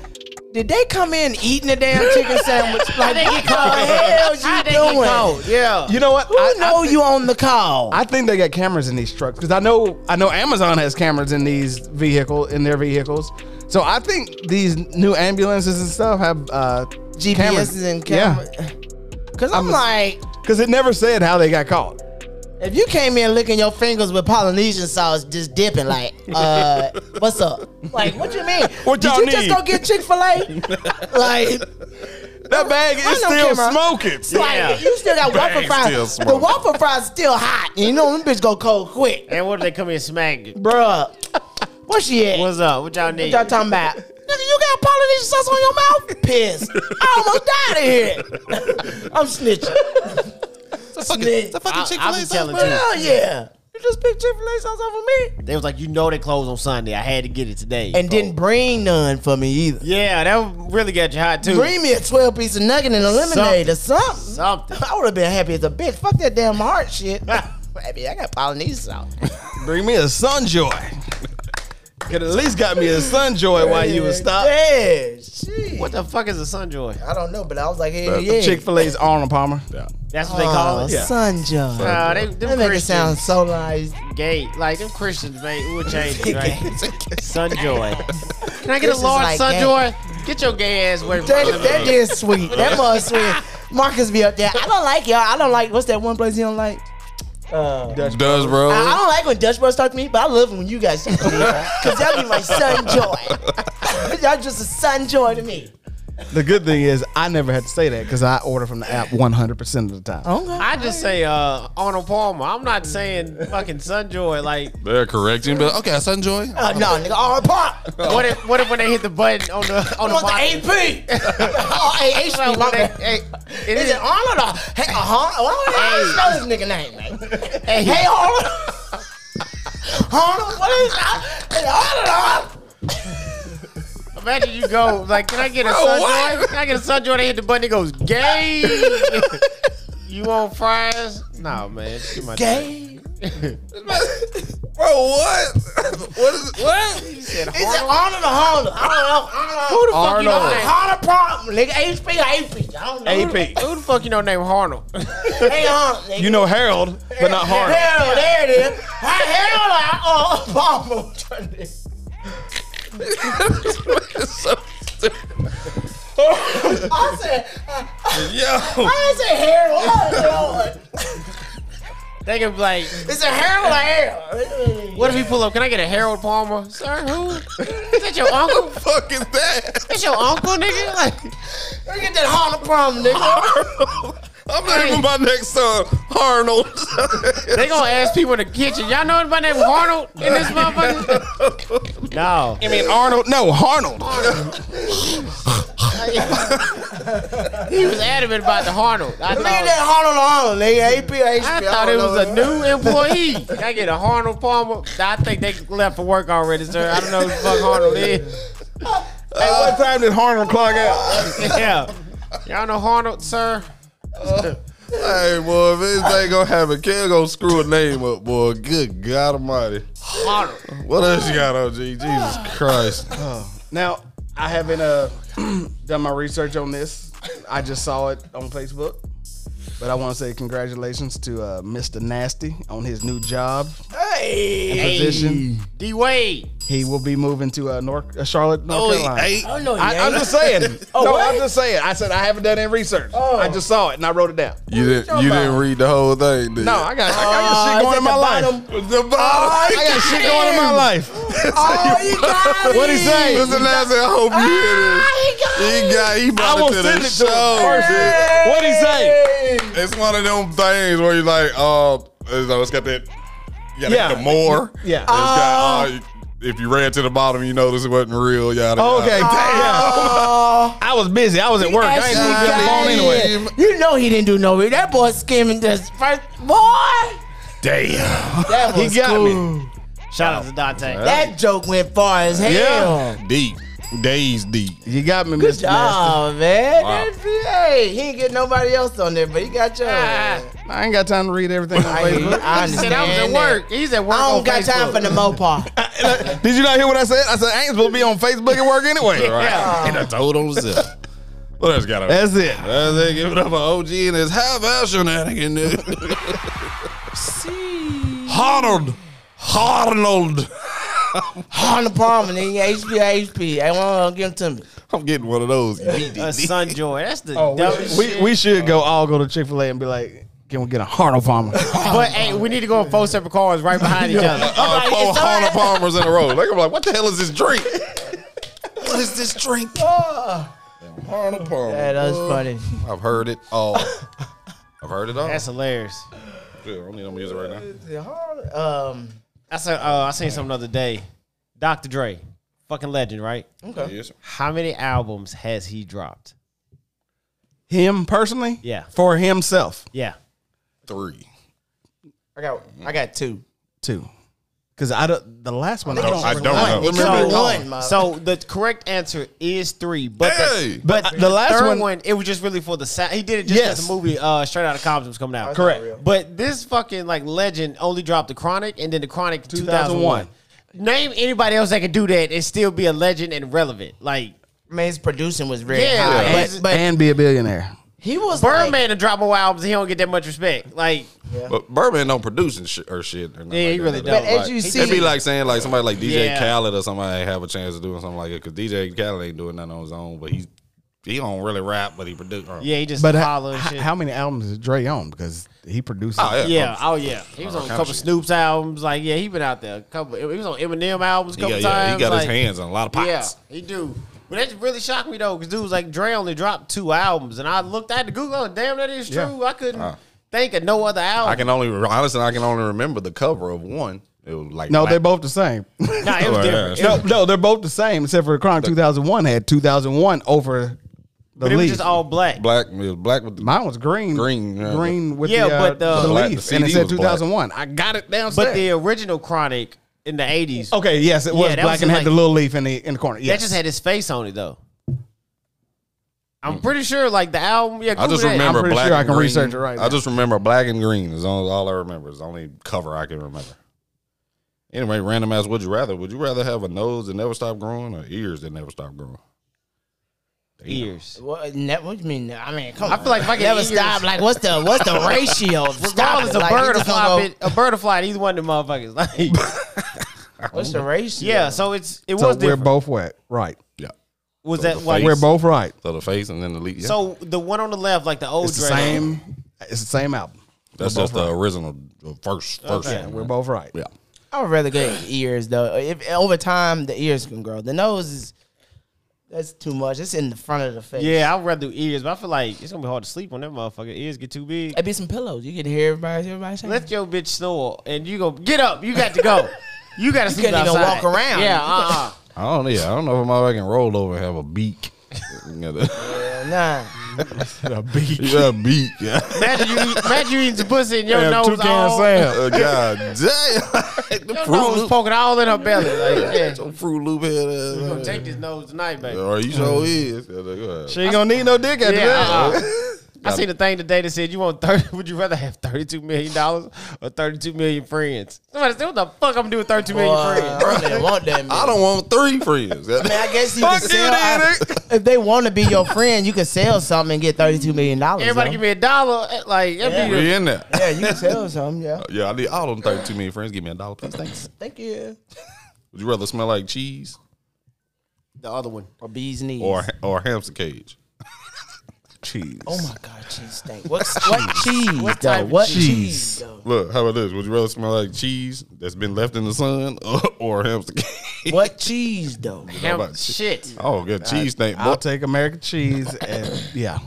Speaker 3: Did they come in eating a damn chicken sandwich? Like, what the hell
Speaker 2: How'd they
Speaker 3: you
Speaker 2: get
Speaker 3: doing?
Speaker 2: cold? Yeah.
Speaker 5: You know what?
Speaker 3: Who
Speaker 5: I,
Speaker 3: know
Speaker 5: I, thi-
Speaker 3: you on the call?
Speaker 5: I think they got cameras in these trucks because I know I know Amazon has cameras in these vehicle in their vehicles. So I think these new ambulances and stuff have uh,
Speaker 3: GPSs
Speaker 5: cameras.
Speaker 3: and camera. Cause
Speaker 5: I'm
Speaker 3: am
Speaker 5: a-
Speaker 3: like,
Speaker 5: because it never said how they got caught.
Speaker 3: If you came in licking your fingers with Polynesian sauce, just dipping, like, uh, what's up? Like, what you mean?
Speaker 5: What
Speaker 3: Did
Speaker 5: y'all
Speaker 3: you
Speaker 5: need?
Speaker 3: just go get Chick Fil A? like,
Speaker 5: That bag
Speaker 3: I
Speaker 5: is
Speaker 3: know
Speaker 5: still
Speaker 3: camera.
Speaker 5: smoking.
Speaker 3: like you still got waffle
Speaker 1: Bang, still
Speaker 3: fries. The
Speaker 1: smoking.
Speaker 3: waffle fries still hot. And you know them bitch go cold quick,
Speaker 2: And what if they come in smack? you?
Speaker 3: bruh. Where she at?
Speaker 2: What's up? What y'all need?
Speaker 3: What y'all talking about? Nigga, you got Polynesian sauce on your mouth? Piss. I almost died in here. I'm snitching. Snitch.
Speaker 2: I-
Speaker 1: fucking
Speaker 2: I'll be
Speaker 1: Chick-fil-A sauce,
Speaker 2: telling
Speaker 1: bro.
Speaker 2: you.
Speaker 3: Hell yeah. You just picked Chick-fil-A sauce off of me? Oh.
Speaker 2: They was like, you know, they closed on Sunday. I had to get it today.
Speaker 3: And didn't bring none for me either.
Speaker 2: Yeah, that really got you hot too.
Speaker 3: Bring me a 12 piece of nugget and a lemonade or something.
Speaker 2: Something.
Speaker 3: I would have been happy as a bitch. Fuck that damn heart shit. Baby, I got Polynesian sauce.
Speaker 5: Bring me a Sunjoy. Could at least got me a Sunjoy while you was stopped.
Speaker 3: Yeah, shit.
Speaker 2: What the fuck is a Sunjoy?
Speaker 3: I don't know, but I was like, hey,
Speaker 1: That's
Speaker 3: yeah.
Speaker 5: Chick Fil A's Arnold Palmer.
Speaker 2: That's what they
Speaker 3: they
Speaker 2: call it.
Speaker 3: Sunjoy.
Speaker 2: Nah, they, them
Speaker 3: Oh, That make it
Speaker 2: Christians
Speaker 3: sound so nice.
Speaker 2: gay. Like them Christians, man, we would change it, right? Sunjoy. Can I get a large
Speaker 3: Christians like
Speaker 2: Sunjoy? Get your gay ass away from
Speaker 3: That,
Speaker 2: me.
Speaker 3: that is sweet. That was sweet. Marcus be up there. I don't like y'all. I don't like what's that one place you don't like? Uh,
Speaker 1: Does bro?
Speaker 3: I, I don't like when Dutch Bros talk to me, but I love when you guys talk to me. Because y'all be my son joy. y'all just a son joy to me.
Speaker 5: The good thing is I never had to say that because I order from the app 100% of the time.
Speaker 3: Okay.
Speaker 2: I just say uh, Arnold Palmer. I'm not saying fucking Sunjoy. Like,
Speaker 1: They're correcting, but okay, Sunjoy.
Speaker 3: Uh, no, nigga, all pop.
Speaker 2: what if what if when they hit the button on the on
Speaker 3: I
Speaker 2: the
Speaker 3: want the
Speaker 2: box-
Speaker 3: AP. oh, hey, HP.
Speaker 2: Like,
Speaker 3: my
Speaker 2: when they-
Speaker 3: bad.
Speaker 2: hey, it
Speaker 3: Is
Speaker 2: is
Speaker 3: it Arnold or hey, uh, Arnold? I don't know this nigga name, man. Hey, hey Arnold. Arnold, what is that? Hey, Arnold. Arnold.
Speaker 2: Imagine you go like, can I get a sunjoy? Can I get a sunjoy? They hit the button. It goes gay. you want fries? Nah, man. Get my
Speaker 3: Gay.
Speaker 1: Bro, Oh, what? what is what?
Speaker 2: He said,
Speaker 3: Is it Arnold or Arnold? I don't know. Arnold.
Speaker 2: Who the fuck you know?
Speaker 3: Arnold problem, nigga. HP or AP? I don't know.
Speaker 2: name- Who the fuck you know named Arnold?
Speaker 3: Hey, Arnold. Nigga.
Speaker 5: You know Harold, but not Harlem.
Speaker 3: Harold, there it is. Hey, Harold or uh, Obama?
Speaker 1: so stupid.
Speaker 3: I said, uh,
Speaker 1: Yo,
Speaker 3: I said Harold. Oh, Lord.
Speaker 2: they could be like,
Speaker 3: Is it Harold or Harold?
Speaker 2: what if he pull up? Can I get a Harold Palmer? Sir, who? Is that your uncle?
Speaker 1: fuck is that?
Speaker 2: That's your uncle, nigga? Like,
Speaker 3: Look at that Harlem problem, nigga.
Speaker 1: I'm naming my next
Speaker 2: uh,
Speaker 1: son Arnold.
Speaker 2: they gonna ask people in the kitchen. Y'all know anybody named Arnold in this motherfucker? No.
Speaker 5: I mean Arnold. No, Arnold.
Speaker 2: He was adamant about the Arnold. I
Speaker 3: Look
Speaker 2: thought,
Speaker 3: at that Harlem Harlem, nigga. AP or HP.
Speaker 2: I thought it
Speaker 3: don't
Speaker 2: was
Speaker 3: know.
Speaker 2: a new employee. Can I get a Arnold Palmer? I think they left for work already, sir. I don't know who the fuck Arnold is. Uh,
Speaker 5: What time did Arnold clock out?
Speaker 2: Yeah. Y'all know Arnold, sir?
Speaker 1: hey, boy, if this ain't gonna happen, Kel gonna screw a name up, boy. Good God Almighty.
Speaker 2: Arnold.
Speaker 1: What else you got on G? Jesus Christ.
Speaker 5: Now I haven't uh, done my research on this. I just saw it on Facebook. But I want to say congratulations to uh, Mr. Nasty on his new job
Speaker 3: Hey.
Speaker 5: and position.
Speaker 2: D Wade.
Speaker 5: He will be moving to uh, North uh, Charlotte, North
Speaker 1: Oh,
Speaker 5: Carolina.
Speaker 1: he ate.
Speaker 3: I don't know.
Speaker 5: I, I'm
Speaker 3: yeah.
Speaker 5: just saying.
Speaker 3: Oh,
Speaker 5: no,
Speaker 3: what?
Speaker 5: I'm just saying. I said I haven't done any research. I just saw it and I wrote it down.
Speaker 1: You didn't. You didn't read the whole thing, did
Speaker 5: No,
Speaker 1: you?
Speaker 5: I got, I got
Speaker 3: Uh,
Speaker 5: shit
Speaker 3: it's
Speaker 5: going
Speaker 3: at
Speaker 5: in my
Speaker 3: the
Speaker 5: life.
Speaker 3: bottom.
Speaker 1: The bottom.
Speaker 3: I got
Speaker 5: Shit going in my life.
Speaker 3: Oh, you got it.
Speaker 5: What he say?
Speaker 1: This is the last thing I hope you hear
Speaker 3: Ah,
Speaker 1: this. He got. He
Speaker 5: I
Speaker 1: brought
Speaker 5: will
Speaker 1: it to the
Speaker 5: send it to him
Speaker 1: show.
Speaker 5: first.
Speaker 1: dude.
Speaker 5: What he say?
Speaker 1: It's one of them things where you're like, oh, it's got that. You gotta
Speaker 5: Yeah.
Speaker 1: get the more.
Speaker 5: Yeah.
Speaker 1: It's got, oh, if you ran to the bottom, you know this wasn't real. Yada. yada.
Speaker 5: Okay,
Speaker 3: Oh,
Speaker 5: I was busy. I was at work. I ain't
Speaker 3: actually
Speaker 5: even get on the
Speaker 3: got
Speaker 5: phone
Speaker 3: it.
Speaker 5: anyway.
Speaker 3: You know he didn't do no real. That boy skimming this first boy.
Speaker 1: Damn.
Speaker 3: That
Speaker 5: He
Speaker 3: was
Speaker 5: got
Speaker 3: cool.
Speaker 5: me.
Speaker 2: Shout out to Dante.
Speaker 3: That joke went far as hell.
Speaker 5: Yeah.
Speaker 1: Deep. Days deep.
Speaker 5: You got me,
Speaker 3: Good
Speaker 5: Mr. Nasty.
Speaker 3: job, man.
Speaker 1: Wow.
Speaker 3: That's, hey, he ain't get nobody else on there, but he got your.
Speaker 2: Ah,
Speaker 5: I ain't got time to read everything on
Speaker 3: I,
Speaker 5: Facebook.
Speaker 3: I
Speaker 2: he said I was at
Speaker 3: understand that.
Speaker 2: work. He's at work.
Speaker 3: I
Speaker 2: on
Speaker 3: don't got
Speaker 2: Facebook.
Speaker 3: time for the Mopar.
Speaker 5: Did you not hear what I said? I said I ain't supposed to be on Facebook at work anyway.
Speaker 1: Right. And I told on himself. What else got on?
Speaker 5: That's it.
Speaker 1: Uh, they give it up an OG and his half ass shenanigan, dude. Arnold. Arnold.
Speaker 3: on the palm and then you HP HP. I want to give them to me.
Speaker 1: I'm getting one of those.
Speaker 2: A Sunjoy. That's the
Speaker 5: Oh,
Speaker 2: dumbest
Speaker 5: we,
Speaker 2: shit.
Speaker 5: we, we should go all go to Chick Fil A and be like, Can we get a Arnold Palmer?
Speaker 2: But hey, we need to go in four separate cars right behind each other.
Speaker 1: Uh,
Speaker 3: like,
Speaker 1: four
Speaker 3: it's all right.
Speaker 1: Arnold Palmers in a row. Like I'm like, what the hell is this drink? what is this drink?
Speaker 2: Ah.
Speaker 1: Arnold Palmer.
Speaker 3: Yeah,
Speaker 2: uh,
Speaker 3: that's funny.
Speaker 1: I've heard it all. I've heard it all.
Speaker 2: That's hilarious.
Speaker 1: Yeah, I don't need no music right now.
Speaker 3: Um,
Speaker 2: I saw. Uh, I seen something the other day. Dr. Dre, fucking legend, right?
Speaker 1: Yes.
Speaker 2: How many albums has he dropped?
Speaker 5: him personally?
Speaker 2: Yeah.
Speaker 5: For himself,
Speaker 2: Yeah.
Speaker 1: Three.
Speaker 3: I got I got two.
Speaker 5: too. Because I don't, the last one, I
Speaker 1: No,
Speaker 5: don't.
Speaker 1: I don't know.
Speaker 3: It's
Speaker 1: Remember
Speaker 3: all
Speaker 1: it all.
Speaker 3: one, my-
Speaker 2: So the correct answer is three, but
Speaker 1: Hey!
Speaker 2: the, but
Speaker 5: the last
Speaker 2: third
Speaker 5: one-
Speaker 2: it was just really for the sound. He did it just
Speaker 5: Yes.
Speaker 2: as the movie uh, Straight Outta Compton was coming out.
Speaker 3: That's not Correct. real.
Speaker 2: But this fucking like legend only dropped the Chronic and then the Chronic two thousand one. Name anybody else that could do that and still be a legend and relevant. Like
Speaker 3: I mean, his producing was very
Speaker 2: Yeah,
Speaker 3: high,
Speaker 2: yeah.
Speaker 3: but, but
Speaker 5: and be a billionaire.
Speaker 3: he was
Speaker 2: Birdman
Speaker 3: Like,
Speaker 2: to drop more albums, he don't get that much respect. Like
Speaker 1: But Birdman don't produce and shit or shit. Or nothing
Speaker 2: Yeah, he
Speaker 1: like
Speaker 2: really
Speaker 1: that. Like,
Speaker 2: don't. But
Speaker 3: as you
Speaker 1: it'd be
Speaker 3: see-
Speaker 1: like saying like somebody like DJ
Speaker 2: Yeah.
Speaker 1: Khaled or somebody have a chance of doing something like it because DJ Khaled ain't doing nothing on his own, but he's he don't really rap, but he produce. uh,
Speaker 2: yeah, he just
Speaker 5: But
Speaker 2: holler and
Speaker 5: how,
Speaker 2: shit.
Speaker 5: how many albums is Dre on? Because he produces.
Speaker 1: Oh, yeah.
Speaker 2: yeah, oh yeah, he was on a couple
Speaker 1: shit.
Speaker 2: Snoop's albums. Like yeah, he been out there. A couple, he was on Eminem albums. A
Speaker 1: he
Speaker 2: couple
Speaker 1: got,
Speaker 2: times.
Speaker 1: yeah, he got
Speaker 2: like,
Speaker 1: his hands on a lot of pots.
Speaker 2: Yeah, he do. But that really shocked me though, because dude was like Dre only dropped two albums, and I looked at the Google, oh, damn, that is true. I couldn't think of no other album.
Speaker 1: I can only honestly, I can only remember the cover of one. It was like
Speaker 5: No,
Speaker 1: black-
Speaker 5: they're both the same.
Speaker 2: nah, it was
Speaker 1: Oh, yeah,
Speaker 2: different.
Speaker 1: yeah.
Speaker 2: It
Speaker 5: no,
Speaker 2: was-
Speaker 5: no, they're both the same except for Chronic 2001 had 2001 over the
Speaker 2: but it was
Speaker 5: leaf.
Speaker 2: just all black.
Speaker 1: black. It was black with the
Speaker 5: Mine was green,
Speaker 1: Green, yeah.
Speaker 5: green with
Speaker 2: Yeah,
Speaker 5: the, uh,
Speaker 2: but, uh,
Speaker 5: the
Speaker 1: Black-
Speaker 5: leaf,
Speaker 1: the
Speaker 5: and it
Speaker 1: CD
Speaker 5: said
Speaker 1: was
Speaker 5: 2001. I got it downstairs.
Speaker 2: But the original Chronic in the eighties,
Speaker 5: okay, yes, it
Speaker 2: Yeah,
Speaker 5: was
Speaker 2: that
Speaker 5: black
Speaker 2: was
Speaker 5: and
Speaker 2: like-
Speaker 5: had the little leaf in the in the corner.
Speaker 2: Oh, that
Speaker 5: Yes.
Speaker 2: just had his face on it though. I'm pretty sure, like the album. Yeah,
Speaker 1: I just
Speaker 2: Google that.
Speaker 1: remember
Speaker 5: pretty
Speaker 1: black.
Speaker 5: sure I
Speaker 1: and
Speaker 5: can
Speaker 1: green.
Speaker 5: research it right
Speaker 1: I just remember black and green is all, all I remember. It's the only cover I can remember. Anyway, random ass. Would you rather? Would you rather have a nose that never stopped growing or ears that never stopped growing?
Speaker 2: ears.
Speaker 3: What, ne- what you mean? I mean, come
Speaker 2: I
Speaker 3: on.
Speaker 2: feel like if I get
Speaker 3: never
Speaker 2: ears-
Speaker 3: stop. Like, what's the what's the ratio? Stop
Speaker 2: Regardless,
Speaker 3: it.
Speaker 2: a
Speaker 3: Like, you
Speaker 2: bird or
Speaker 3: just gonna
Speaker 2: fly,
Speaker 3: go,
Speaker 2: bit- a bird or fly, either one of them motherfuckers. Like,
Speaker 3: What's the ratio?
Speaker 2: yeah, so it's it
Speaker 5: so
Speaker 2: was
Speaker 5: we're
Speaker 2: different.
Speaker 5: both wet, right?
Speaker 1: Yeah.
Speaker 2: was
Speaker 1: so
Speaker 2: that
Speaker 1: the
Speaker 2: why?
Speaker 1: face-
Speaker 5: We're both right.
Speaker 1: So the face and then the lead. Yeah.
Speaker 2: So the one on the left, like the old
Speaker 5: It's the
Speaker 2: Dre.
Speaker 5: same. It's the same album.
Speaker 1: that's just the original uh, first first
Speaker 2: Okay.
Speaker 1: one.
Speaker 5: We're both right.
Speaker 1: Yeah.
Speaker 3: I would rather get ears though. If over time the ears can grow, the nose is that's too much. It's in the front of the face.
Speaker 2: Yeah, I'd rather do ears, but I feel like it's gonna be hard to sleep on that motherfucker. Ears get too big.
Speaker 3: it'd be some pillows. You could hear everybody. Everybody saying.
Speaker 2: Let your bitch snore, and you go get up. You got to go. You got to sleep
Speaker 3: couldn't even
Speaker 2: outside.
Speaker 3: walk around.
Speaker 2: Yeah, uh,
Speaker 1: I don't. Yeah. I don't know if my can roll over and have a beak. You got
Speaker 3: nah.
Speaker 5: The beat.
Speaker 1: a beak. Yeah.
Speaker 2: uh Imagine you, eat, imagine you eating some pussy and your
Speaker 5: Yeah,
Speaker 2: nose
Speaker 5: Toucan
Speaker 2: all,
Speaker 5: Sam.
Speaker 1: Uh, God damn. the
Speaker 2: your
Speaker 1: Froot
Speaker 2: nose
Speaker 1: Loop-
Speaker 2: poking all in her belly. Like, yeah,
Speaker 1: Some Fruit Loop head.
Speaker 2: you gonna
Speaker 1: uh,
Speaker 2: take this nose tonight, baby.
Speaker 1: Or you sure is. Yeah, they go ahead.
Speaker 5: She ain't gonna need no dick after
Speaker 2: Yeah,
Speaker 5: that.
Speaker 2: uh-uh. I seen a thing today that said you want thirty. Would you rather have thirty two million dollars or thirty two million friends? Somebody said, "What the fuck I'm doing with thirty two
Speaker 3: Boy,
Speaker 2: million
Speaker 3: I
Speaker 2: friends?"
Speaker 3: don't even want that.
Speaker 1: I don't want three friends.
Speaker 3: Man, I guess you can
Speaker 5: you,
Speaker 3: sell. I- if they want to be your friend, you can sell something and get thirty-two million dollars.
Speaker 2: Everybody give me a dollar. eh, Like, that'd be the
Speaker 1: we in there.
Speaker 3: Yeah, you can sell something. Yeah,
Speaker 1: Yeah, I need all them 32 million friends. Give me a dollar, please. Thanks.
Speaker 3: thank you.
Speaker 1: Would you rather smell like cheese
Speaker 2: the other one.
Speaker 3: Or bees knees.
Speaker 1: or or hamster cage?
Speaker 5: Cheese.
Speaker 3: oh my god, cheese stink. What's what cheese though?
Speaker 2: type of
Speaker 3: What
Speaker 2: cheese?
Speaker 3: cheese?
Speaker 5: Cheese.
Speaker 3: though?
Speaker 1: Look, how about this? Would you rather smell like cheese that's been left in the sun or, or hamster cage?
Speaker 3: What cheese though?
Speaker 2: Damn,
Speaker 1: about shit?
Speaker 2: shit.
Speaker 1: Oh, good cheese thing.
Speaker 5: I'll
Speaker 1: Boy,
Speaker 5: take American cheese and yeah.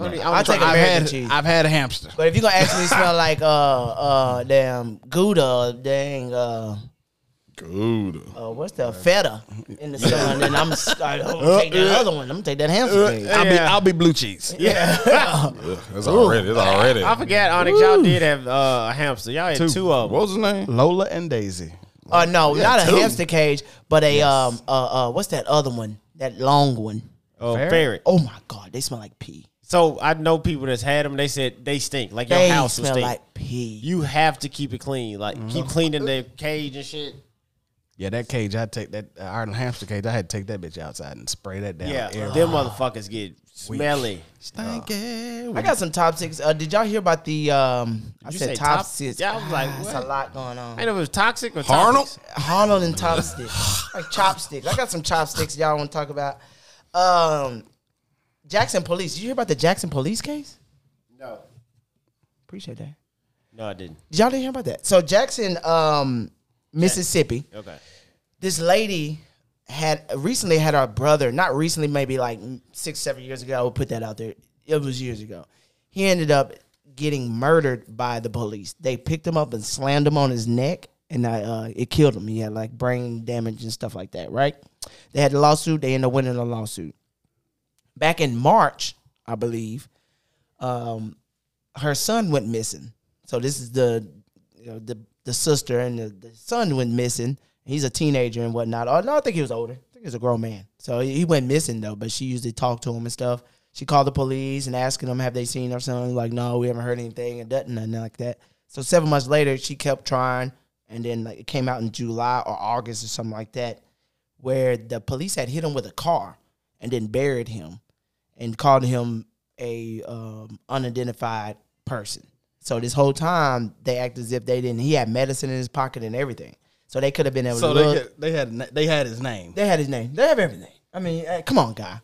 Speaker 3: I'll
Speaker 2: I'll
Speaker 3: take
Speaker 5: I've
Speaker 3: American
Speaker 5: had
Speaker 3: cheese.
Speaker 5: I've had a hamster.
Speaker 3: But if you're gonna actually smell like uh uh damn Gouda, or dang uh,
Speaker 1: good.
Speaker 3: uh what's the feta in the sun, then I'm s- I- I'm gonna take that other one. I'm gonna take that hamster cage.
Speaker 5: I'll be
Speaker 2: Yeah.
Speaker 5: I'll be blue cheese.
Speaker 1: Ugh, It's already. It's already.
Speaker 2: I forgot, Onyx. Y'all did have uh, a hamster. Y'all had two, of
Speaker 1: What
Speaker 2: them.
Speaker 1: was his name?
Speaker 5: Lola and Daisy.
Speaker 3: Oh no, not a
Speaker 1: two.
Speaker 3: hamster cage, but a um uh uh what's that other one? That long one.
Speaker 2: Oh, ferret.
Speaker 3: Oh my god, they smell like pee.
Speaker 2: So I know people that's had them. They said they stink. Like your
Speaker 3: They
Speaker 2: house will
Speaker 3: smell
Speaker 2: stink.
Speaker 3: like pee.
Speaker 2: you have to keep it clean. Like keep cleaning their cage and shit.
Speaker 5: Yeah, that cage I take that uh, iron hamster cage. I had to take that bitch outside and spray that down.
Speaker 2: Yeah,
Speaker 5: everywhere.
Speaker 2: them motherfuckers get smelly.
Speaker 3: I got some top six. Uh, did y'all hear about the um? I
Speaker 2: you
Speaker 3: said
Speaker 2: say
Speaker 3: top,
Speaker 2: top-
Speaker 3: six.
Speaker 2: Yeah, I was like,
Speaker 3: it's
Speaker 2: what?
Speaker 3: a lot going on.
Speaker 2: I ain't know if it was toxic or
Speaker 1: Arnold?
Speaker 2: toxic.
Speaker 3: Arnold and chopsticks. like chopsticks. I got some chopsticks y'all want to talk about. Um, Jackson Police. Did you hear about the Jackson Police case?
Speaker 2: No.
Speaker 3: Appreciate that.
Speaker 2: No, I didn't.
Speaker 3: Y'all didn't hear about that. So Jackson, um, Mississippi,
Speaker 2: Okay.
Speaker 3: this lady had recently had her brother, not recently, maybe like six, seven years ago. I would put that out there. It was years ago. He ended up getting murdered by the police. They picked him up and slammed him on his neck, and I, uh, it killed him. He had like brain damage and stuff like that, right? They had a lawsuit. They ended up winning a lawsuit. Back in March, I believe, um, her son went missing. So this is the you know, the the sister and the, the son went missing. He's a teenager and whatnot. Oh, no, I think he was older. I think he was a grown man. So he, he went missing though. But she used to talk to him and stuff. She called the police and asking them, "Have they seen her son?" Like, no, we haven't heard anything and nothing, nothing like that. So seven months later, she kept trying, and then like it came out in July or August or something like that, where the police had hit him with a car and then buried him and called him a um, unidentified person. So this whole time they act as if they didn't. He had medicine in his pocket and everything, so they could have been able
Speaker 5: So
Speaker 3: to
Speaker 5: they
Speaker 3: look.
Speaker 5: had, they had they had his name.
Speaker 3: They had his name. They have everything. I mean, eh, come on, guy.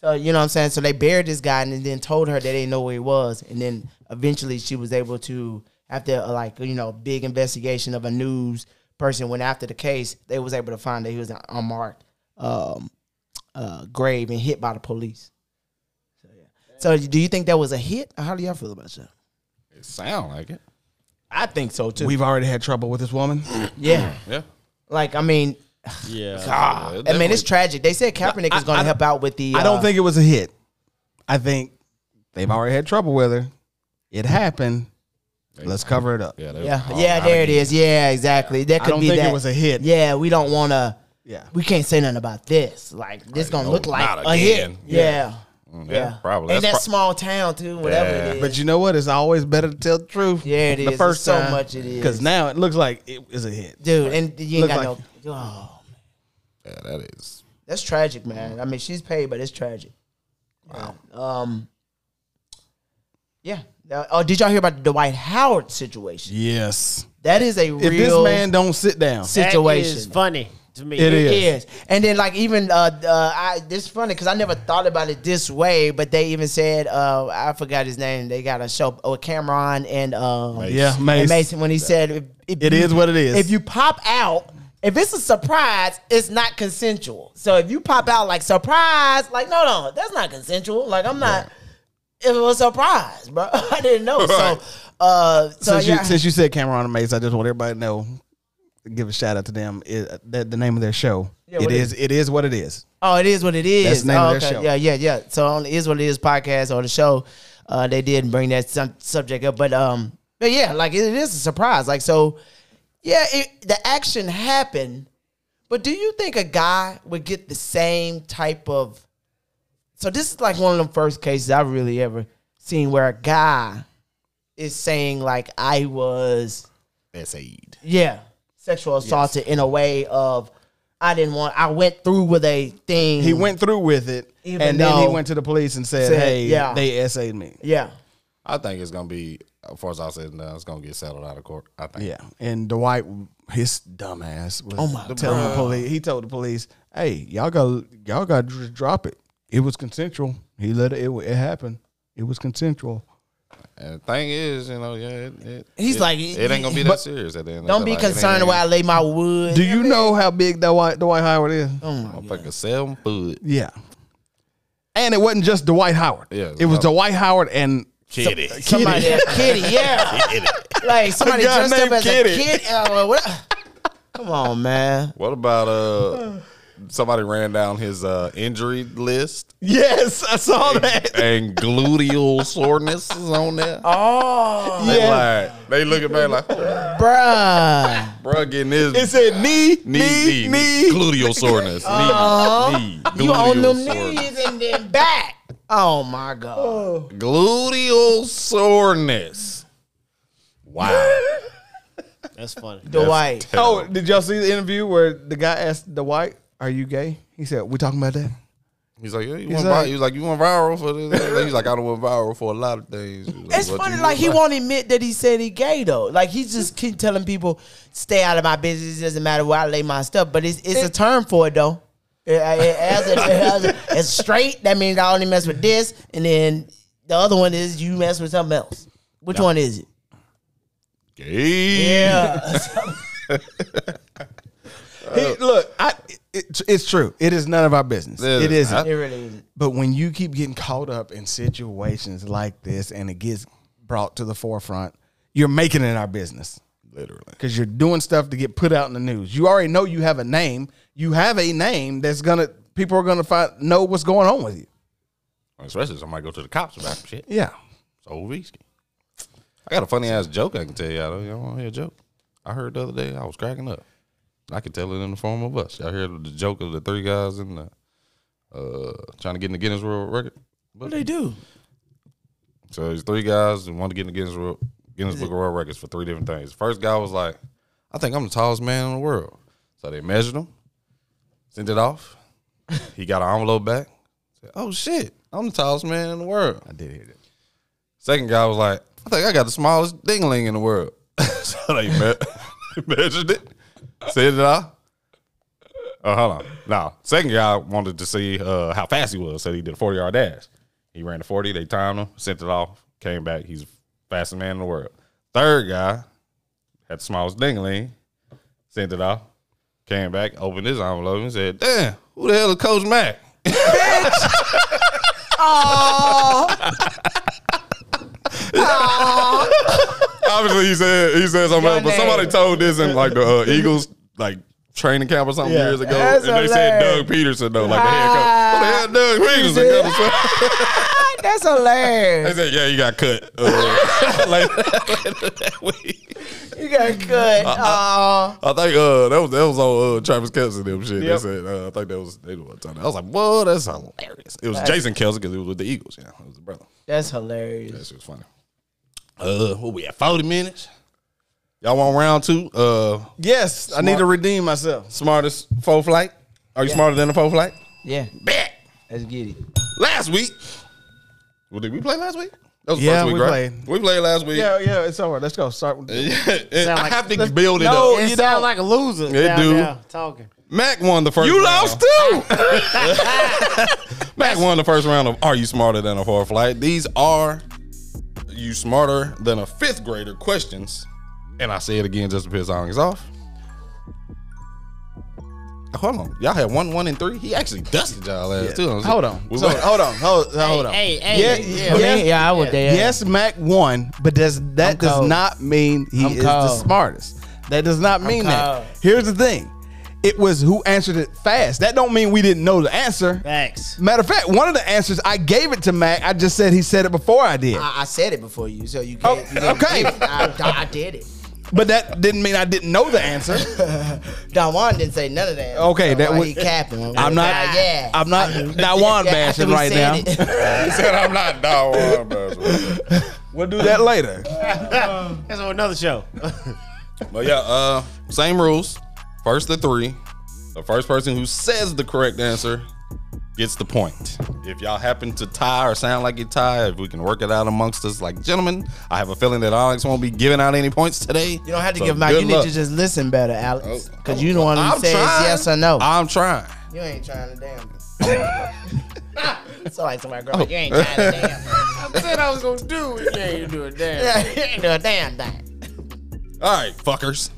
Speaker 3: So you know what I'm saying. So they buried this guy and then told her they didn't know where he was, and then eventually she was able to, after a, like you know big investigation of a news person went after the case, they was able to find that he was an unmarked um, uh, grave and hit by the police. So yeah. So do you think that was a hit? How do y'all feel about that?
Speaker 1: It sound like it.
Speaker 3: I think so too.
Speaker 5: We've already had trouble with this woman.
Speaker 3: yeah,
Speaker 1: Yeah.
Speaker 3: like I mean,
Speaker 2: Yeah.
Speaker 3: ah,
Speaker 1: Yeah, it
Speaker 3: I mean it's
Speaker 1: definitely-
Speaker 3: tragic. They said Kaepernick is going to help out with the.
Speaker 5: I don't
Speaker 3: uh,
Speaker 5: think it was a hit. I think they've already had trouble with her. It happened. Let's cover it up.
Speaker 1: Yeah. they-
Speaker 3: Yeah,
Speaker 1: oh,
Speaker 3: yeah,
Speaker 1: I
Speaker 3: there it
Speaker 1: didn't-
Speaker 3: is. Yeah, exactly. That could
Speaker 5: don't
Speaker 3: be
Speaker 5: think it
Speaker 3: that.
Speaker 5: was a hit.
Speaker 3: Yeah, we don't want to.
Speaker 5: Yeah.
Speaker 3: we can't say nothing about this. Like this gonna
Speaker 1: no,
Speaker 3: look like
Speaker 1: not
Speaker 3: a hit.
Speaker 1: again.
Speaker 3: Yeah,
Speaker 1: Mm,
Speaker 3: yeah,
Speaker 1: Yeah, probably.
Speaker 3: And that
Speaker 1: That's pro-
Speaker 3: small town too, whatever
Speaker 1: Yeah.
Speaker 3: it is.
Speaker 5: But you know what? It's always better to tell the truth.
Speaker 3: yeah, it is.
Speaker 5: The
Speaker 3: It's
Speaker 5: first
Speaker 3: so
Speaker 5: time.
Speaker 3: much it
Speaker 5: Because
Speaker 3: is,
Speaker 5: now it looks like it is a hit.
Speaker 3: dude. And you ain't
Speaker 5: Look
Speaker 3: got
Speaker 5: like-
Speaker 3: no. Oh,
Speaker 1: yeah, that is.
Speaker 3: that's tragic, man. I mean, she's paid, but it's tragic. Wow. Um. Yeah. Uh, Oh, did y'all hear about the Dwight Howard situation?
Speaker 5: Yes.
Speaker 3: That is a
Speaker 5: If
Speaker 3: real
Speaker 5: this man don't sit down,
Speaker 3: situation.
Speaker 2: That is funny to me.
Speaker 5: It
Speaker 3: It
Speaker 5: is.
Speaker 3: is. And then like even uh, uh I this funny because I never thought about it this way, but they even said uh I forgot his name. They got a show oh Cameron and um
Speaker 5: yeah,
Speaker 3: and
Speaker 5: Mace.
Speaker 3: Mason when he said if, if
Speaker 5: It is what it is.
Speaker 3: If you pop out, if it's a surprise, it's not consensual. So if you pop out like surprise, like no no, that's not consensual. Like I'm not it was a surprise, bro. I didn't know.
Speaker 1: Right.
Speaker 3: So uh so
Speaker 5: since,
Speaker 3: yeah.
Speaker 5: you, since you said Cameron and Mace, I just want everybody to know, give a shout out to them. It, that the name of their show.
Speaker 3: Yeah,
Speaker 5: it
Speaker 3: what
Speaker 5: is.
Speaker 3: is
Speaker 5: It is what it is.
Speaker 3: Oh, it is what it is.
Speaker 5: That's the name
Speaker 3: oh,
Speaker 5: of their show.
Speaker 3: Yeah, yeah, yeah. So on the Is What It Is podcast or the show, uh, they did bring that some subject up. But um, but yeah, like it, it is a surprise. Like so, yeah, it, the action happened. But do you think a guy would get the same type of? So this is like one of the first cases I've really ever seen where a guy is saying like I was
Speaker 1: That's aid.
Speaker 3: yeah, sexual assaulted in a way of I didn't want. I went through with a thing.
Speaker 5: He went through with it,
Speaker 3: Mm. Even
Speaker 5: and then he
Speaker 3: though-
Speaker 5: went to the police and said,
Speaker 3: Said,
Speaker 5: "Hey,
Speaker 3: yeah.
Speaker 5: they SA'd me."
Speaker 3: Yeah.
Speaker 1: I think it's gonna be. As far as I said, no, it's gonna get settled out of court. I think.
Speaker 5: Yeah, and Dwight, his dumbass, was
Speaker 3: Oh my
Speaker 5: telling the police. He told the police, "Hey, y'all got y'all got to just drop it. It was consensual. He let it. It, wa- it happened. It was consensual.
Speaker 1: And the thing is, you know, yeah, it, it,
Speaker 3: He's
Speaker 1: it-
Speaker 3: like,
Speaker 1: it ain't gonna be that serious at the end.
Speaker 3: Don't be concerned where I lay my wood.
Speaker 5: Do you know how big Dwight Dwight Howard is?
Speaker 1: I'm fucking seven foot.
Speaker 5: Yeah, and it wasn't just Dwight Howard.
Speaker 1: Yeah,
Speaker 5: it was
Speaker 1: no.
Speaker 5: Dwight Howard and
Speaker 1: Kitty.
Speaker 3: somebody kitty, yeah. Like somebody
Speaker 5: A guy
Speaker 3: dressed up
Speaker 5: named
Speaker 3: as
Speaker 5: Kitty.
Speaker 3: a kid. uh, what- Come on, man.
Speaker 1: What about uh? Somebody ran down his uh injury list
Speaker 5: yes, I saw that.
Speaker 1: and gluteal soreness is on there.
Speaker 3: Oh,
Speaker 1: They
Speaker 5: Yeah.
Speaker 1: like they looking back like, oh,
Speaker 3: bruh.
Speaker 1: bro, getting this
Speaker 5: It said knee,
Speaker 1: knee, knee,
Speaker 5: knee, knee.
Speaker 1: gluteal soreness, knee, knee,
Speaker 3: Uh-huh. You on
Speaker 1: gluteal
Speaker 3: them
Speaker 1: soreness.
Speaker 3: knees and then back. Oh my god.
Speaker 5: Oh.
Speaker 1: gluteal soreness. Wow,
Speaker 2: That's funny.
Speaker 3: Dwight.
Speaker 5: Oh, did y'all see the interview where the guy asked Dwight, "Are you gay?" He said, "We talking about that."
Speaker 1: he's like, yeah, you went
Speaker 5: like-
Speaker 1: vi- he was like, you went viral for this. He's like, I don't went viral for a lot of things. He was
Speaker 3: It's
Speaker 1: "But
Speaker 3: funny,
Speaker 1: you
Speaker 3: like he
Speaker 1: went
Speaker 3: won't admit that he said he gay though. Like he just keep telling people, "Stay out of my business. It doesn't matter where I lay my stuff." But it's it's a term for it though. It- it- as, a, as, a- as straight, that means I only mess with this, and then the other one is you mess with something else. Which one is it?
Speaker 1: Gay.
Speaker 3: Yeah.
Speaker 5: He- look, I, it, it's true. It is none of our business.
Speaker 1: It
Speaker 5: It
Speaker 1: is.
Speaker 5: isn't.
Speaker 3: it really is.
Speaker 5: But when you keep getting caught up in situations like this and it gets brought to the forefront, you're making it our business
Speaker 1: Literally.
Speaker 5: because you're doing stuff to get put out in the news. You already know you have a name. You have a name that's gonna people are gonna find know what's going on with you.
Speaker 1: Especially somebody go to the cops about some shit.
Speaker 5: Yeah.
Speaker 1: It's old risky. I got a funny ass joke I can tell y'all. Y'all want to hear a joke? I heard the other day. I was cracking up. I could tell it in the form of us. Y'all hear the joke of the three guys in the uh, trying to get in the Guinness World Record? But
Speaker 3: They do.
Speaker 1: So there's three guys that want to get in the Guinness, World, Guinness Book of World Records for three different things. First guy was like, I think I'm the tallest man in the world. So they measured him, sent it off. He got an envelope back. Said, oh shit, I'm the tallest man in the world. I did hear that. Second guy was like, I think I got the smallest dingling in the world. so they, me- they measured it, sent it off. Oh, hold on. No, second guy wanted to see uh, how fast he was, so he did a 40 yard dash. He ran the 40, they timed him, sent it off, came back. He's the fastest man in the world. Third guy had the smallest dingling, sent it off, came back, opened his envelope, and said, Damn, who the hell is Coach Mack? Obviously, he said he said something else, but somebody told this in like the uh, Eagles like training camp or something years ago,
Speaker 3: That's
Speaker 1: and they said
Speaker 3: hilarious. Ah.
Speaker 1: Doug Peterson though, like the head coach. Who the hell, Doug Peterson? comes from?"
Speaker 3: That's hilarious.
Speaker 1: They said, yeah, you got cut. Uh, later, later that week.
Speaker 3: You got cut. Aw.
Speaker 1: I think uh, that was that was on uh, Travis Kelce and them shit. They said uh, I think that was they were talking. I was like, whoa, that's hilarious. It was Jason Kelce because he was with the Eagles. Yeah, it was the brother.
Speaker 3: That's hilarious.
Speaker 1: That shit was funny. Uh, what we at forty minutes? Y'all want round two? Uh,
Speaker 5: Yes, I need to redeem myself.
Speaker 1: smartest four flight. Are you smarter than a four flight?
Speaker 3: Yeah.
Speaker 1: Bet.
Speaker 3: Let's get it.
Speaker 1: Last week. Well, did we play last week? That was the
Speaker 5: Yeah,
Speaker 1: first week,
Speaker 5: we
Speaker 1: right?
Speaker 5: played.
Speaker 1: We played last week.
Speaker 5: Yeah, yeah, it's over. Let's go. Start with
Speaker 1: And I
Speaker 2: like-
Speaker 1: have to build it
Speaker 5: No,
Speaker 1: up.
Speaker 5: you
Speaker 2: It sound
Speaker 5: don't.
Speaker 2: like a loser.
Speaker 1: It
Speaker 2: down
Speaker 1: do.
Speaker 2: there talking.
Speaker 1: Mac won the first. You lost too. Mac won the first round of Are You Smarter Than a Fourth Flight? These are you smarter than a fifth grader questions. And I say it again just to piss Onyx off. Hold on, y'all had one, one, and three. He actually dusted y'all ass too.
Speaker 5: Hold on.
Speaker 1: We
Speaker 5: So,
Speaker 1: went-
Speaker 5: hold on. Hold, hold on.
Speaker 2: Hey, hey,
Speaker 5: Yeah,
Speaker 2: yeah.
Speaker 5: yeah.
Speaker 3: Yeah, yeah, I would there.
Speaker 5: Yes, Mac won, but does that does
Speaker 3: cold.
Speaker 5: not mean he
Speaker 3: I'm
Speaker 5: is the
Speaker 3: cold.
Speaker 5: smartest. That does not mean
Speaker 3: cold.
Speaker 5: that. Here's the thing. It was who answered it fast. That don't mean we didn't know the answer.
Speaker 2: Facts.
Speaker 5: Matter of fact, one of the answers I gave it to Mac. I just said he said it before I did.
Speaker 3: I, I said it before you, so you can't. you can't
Speaker 5: okay.
Speaker 3: do it. I, I did it.
Speaker 5: But that didn't mean I didn't know the answer.
Speaker 3: Don Juan didn't say none of that.
Speaker 5: Okay,
Speaker 3: so
Speaker 5: that
Speaker 3: why
Speaker 5: was-
Speaker 3: he capping.
Speaker 5: I'm not.
Speaker 3: Ah, yeah.
Speaker 5: I'm not Dawan
Speaker 3: Yeah, after
Speaker 5: bashing
Speaker 3: we
Speaker 5: right now.
Speaker 3: said it.
Speaker 1: He said I'm not dog. I'm bad."
Speaker 5: We'll do that later.
Speaker 2: That's on another show.
Speaker 1: But yeah, uh, same rules. First to three. The first person who says the correct answer gets the point. If y'all happen to tie or sound like you tie, if we can work it out amongst us, like gentlemen, I have a feeling that Alex won't be giving out any points today.
Speaker 3: You don't have to
Speaker 1: So
Speaker 3: give my. You
Speaker 1: good
Speaker 3: need
Speaker 1: luck.
Speaker 3: to just listen better, Alex,
Speaker 1: Oh,
Speaker 3: because you don't want
Speaker 1: I'm
Speaker 3: to say it's
Speaker 1: trying.
Speaker 3: yes or no.
Speaker 1: I'm trying.
Speaker 3: you ain't trying to damn.
Speaker 1: Oh.
Speaker 3: it's like somebody girl. You ain't trying to damn.
Speaker 2: I said I was gonna do it. Yeah, you do it. Damn.
Speaker 1: Oh.
Speaker 3: you ain't doing a damn thing.
Speaker 1: All right, fuckers.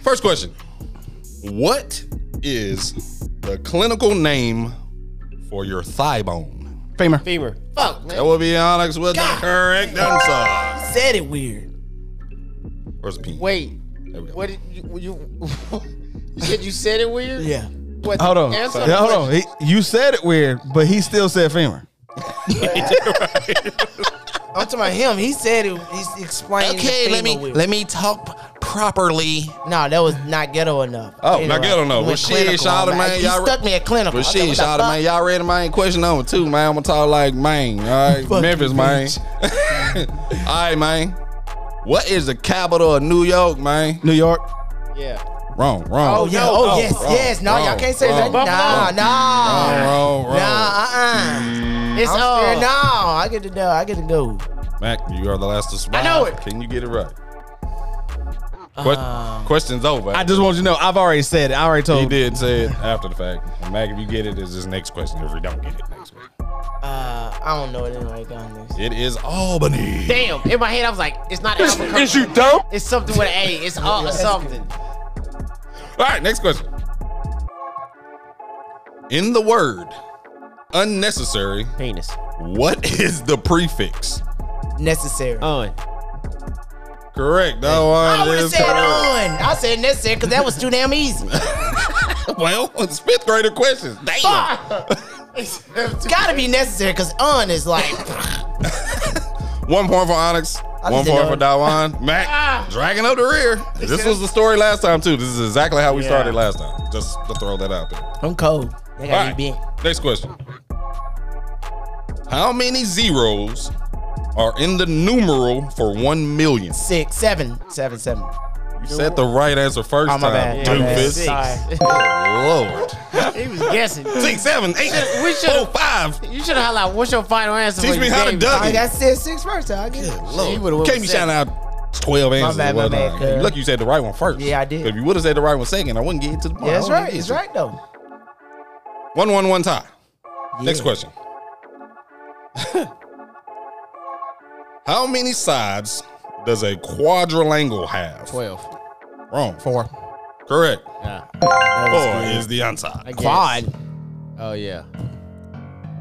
Speaker 1: First question. What is the clinical name for your thigh bone?
Speaker 5: Famer.
Speaker 2: Femur. Fuck, man.
Speaker 1: That would be Onyx with the correct answer.
Speaker 3: Said it weird.
Speaker 1: Where's the P?
Speaker 2: Wait.
Speaker 1: we go.
Speaker 2: What did you you, you said you said it weird?
Speaker 3: Yeah.
Speaker 2: What,
Speaker 5: Hold on.
Speaker 2: answer
Speaker 5: Yeah,
Speaker 2: the
Speaker 5: hold
Speaker 2: question?
Speaker 5: on. He, you said it weird, but he still said femur.
Speaker 3: I'm talking about him. He said it. He explained.
Speaker 1: Okay,
Speaker 3: the
Speaker 1: let me
Speaker 3: femur weird.
Speaker 1: let me talk properly.
Speaker 3: No, that was not ghetto enough.
Speaker 1: Oh,
Speaker 3: Ain't
Speaker 1: not
Speaker 3: right.
Speaker 1: ghetto enough.
Speaker 3: You
Speaker 1: Well,
Speaker 3: went
Speaker 1: shit,
Speaker 3: clinical
Speaker 1: shout out to
Speaker 3: on
Speaker 1: man,
Speaker 3: that. You
Speaker 1: y'all re-
Speaker 3: stuck me at
Speaker 1: But
Speaker 3: clinical. I said,
Speaker 1: shit,
Speaker 3: what the
Speaker 1: shout out,
Speaker 3: fuck?
Speaker 1: man. Y'all ready? Man, question number two, man. I'm gonna talk like man. All right,
Speaker 3: Fuck
Speaker 1: Memphis,
Speaker 3: you,
Speaker 1: man. all right, man. What is the capital of New York, man?
Speaker 5: New York.
Speaker 2: Yeah.
Speaker 1: Wrong,
Speaker 3: Oh
Speaker 1: wrong,
Speaker 3: yeah.
Speaker 2: no,
Speaker 3: Oh,
Speaker 2: oh,
Speaker 3: yes,
Speaker 1: wrong,
Speaker 3: yes. No,
Speaker 1: wrong,
Speaker 3: y'all can't say
Speaker 1: wrong,
Speaker 3: that.
Speaker 1: wrong,
Speaker 3: Nah,
Speaker 1: wrong.
Speaker 3: nah.
Speaker 1: wrong, wrong, wrong.
Speaker 3: Nah, uh-uh.
Speaker 2: It's
Speaker 3: I'm
Speaker 2: uh,
Speaker 3: scared. No, I get to know. I get to go.
Speaker 1: Mac, you are the last to survive.
Speaker 2: I know it.
Speaker 1: Can you get it right? Que- question's over.
Speaker 5: I just want you to know. I've already said it. I already
Speaker 1: he
Speaker 5: told.
Speaker 1: did say it after the fact. And Mac, if you get it, is this next question. If you don't get it, next question.
Speaker 3: Uh, I don't know it in like context.
Speaker 1: It is Albany.
Speaker 2: Damn. In my head, I was like, it's not Albuquerque.
Speaker 6: Is you dumb?
Speaker 2: It's something with an A. It's uh, something.
Speaker 1: All right, next question. In the word unnecessary,
Speaker 2: Penis.
Speaker 1: what is the prefix?
Speaker 3: Necessary.
Speaker 2: On.
Speaker 1: Correct. That
Speaker 3: I
Speaker 1: one
Speaker 3: would have
Speaker 1: is
Speaker 3: said
Speaker 1: correct.
Speaker 3: on. I said necessary because that was too damn easy.
Speaker 1: Well, it's fifth grader questions. Damn.
Speaker 3: Gotta be necessary because on is like
Speaker 1: One point for Onyx. One
Speaker 3: just said
Speaker 1: point for Dawan.
Speaker 3: Ah.
Speaker 1: Mac dragging up the rear. This was the story last time too. This is exactly how we started last time. Just to throw that out there.
Speaker 3: I'm cold. That
Speaker 1: All
Speaker 3: gotta
Speaker 1: right.
Speaker 3: be bent.
Speaker 1: Next question. How many zeros are in the numeral for one million?
Speaker 3: Six, seven, seven, seven.
Speaker 1: You said the right answer first
Speaker 3: Oh my
Speaker 1: time,
Speaker 3: bad. My bad.
Speaker 1: doofus.
Speaker 3: Sorry.
Speaker 1: Lord.
Speaker 2: He was guessing.
Speaker 1: Six, seven, eight, four,
Speaker 2: We should've-
Speaker 1: five.
Speaker 2: You should have like, what's your final answer?
Speaker 1: Teach
Speaker 2: when
Speaker 1: me
Speaker 2: you
Speaker 1: how to
Speaker 2: gave
Speaker 1: duck
Speaker 2: it?
Speaker 1: it.
Speaker 3: I said six first. I get it.
Speaker 2: He
Speaker 1: Lord.
Speaker 2: would've went
Speaker 1: Can't be
Speaker 2: with
Speaker 1: shouting
Speaker 2: seven.
Speaker 1: out 12 answers.
Speaker 3: bad, my
Speaker 1: at one
Speaker 3: bad,
Speaker 1: time.
Speaker 3: cuz.
Speaker 1: Look, you said the right one first.
Speaker 3: Yeah, I did.
Speaker 1: If you would have said the right one second, I wouldn't get to the point.
Speaker 3: Yeah, that's
Speaker 1: I wouldn't
Speaker 3: right.
Speaker 1: get
Speaker 3: It's
Speaker 1: you.
Speaker 3: right though.
Speaker 1: One, one, one tie. Next
Speaker 3: Yeah.
Speaker 1: question. How many sides does a quadrilangular have?
Speaker 2: 12.
Speaker 1: Wrong. Four. Correct.
Speaker 2: Yeah.
Speaker 1: Four is the answer.
Speaker 2: Quad. Oh, yeah.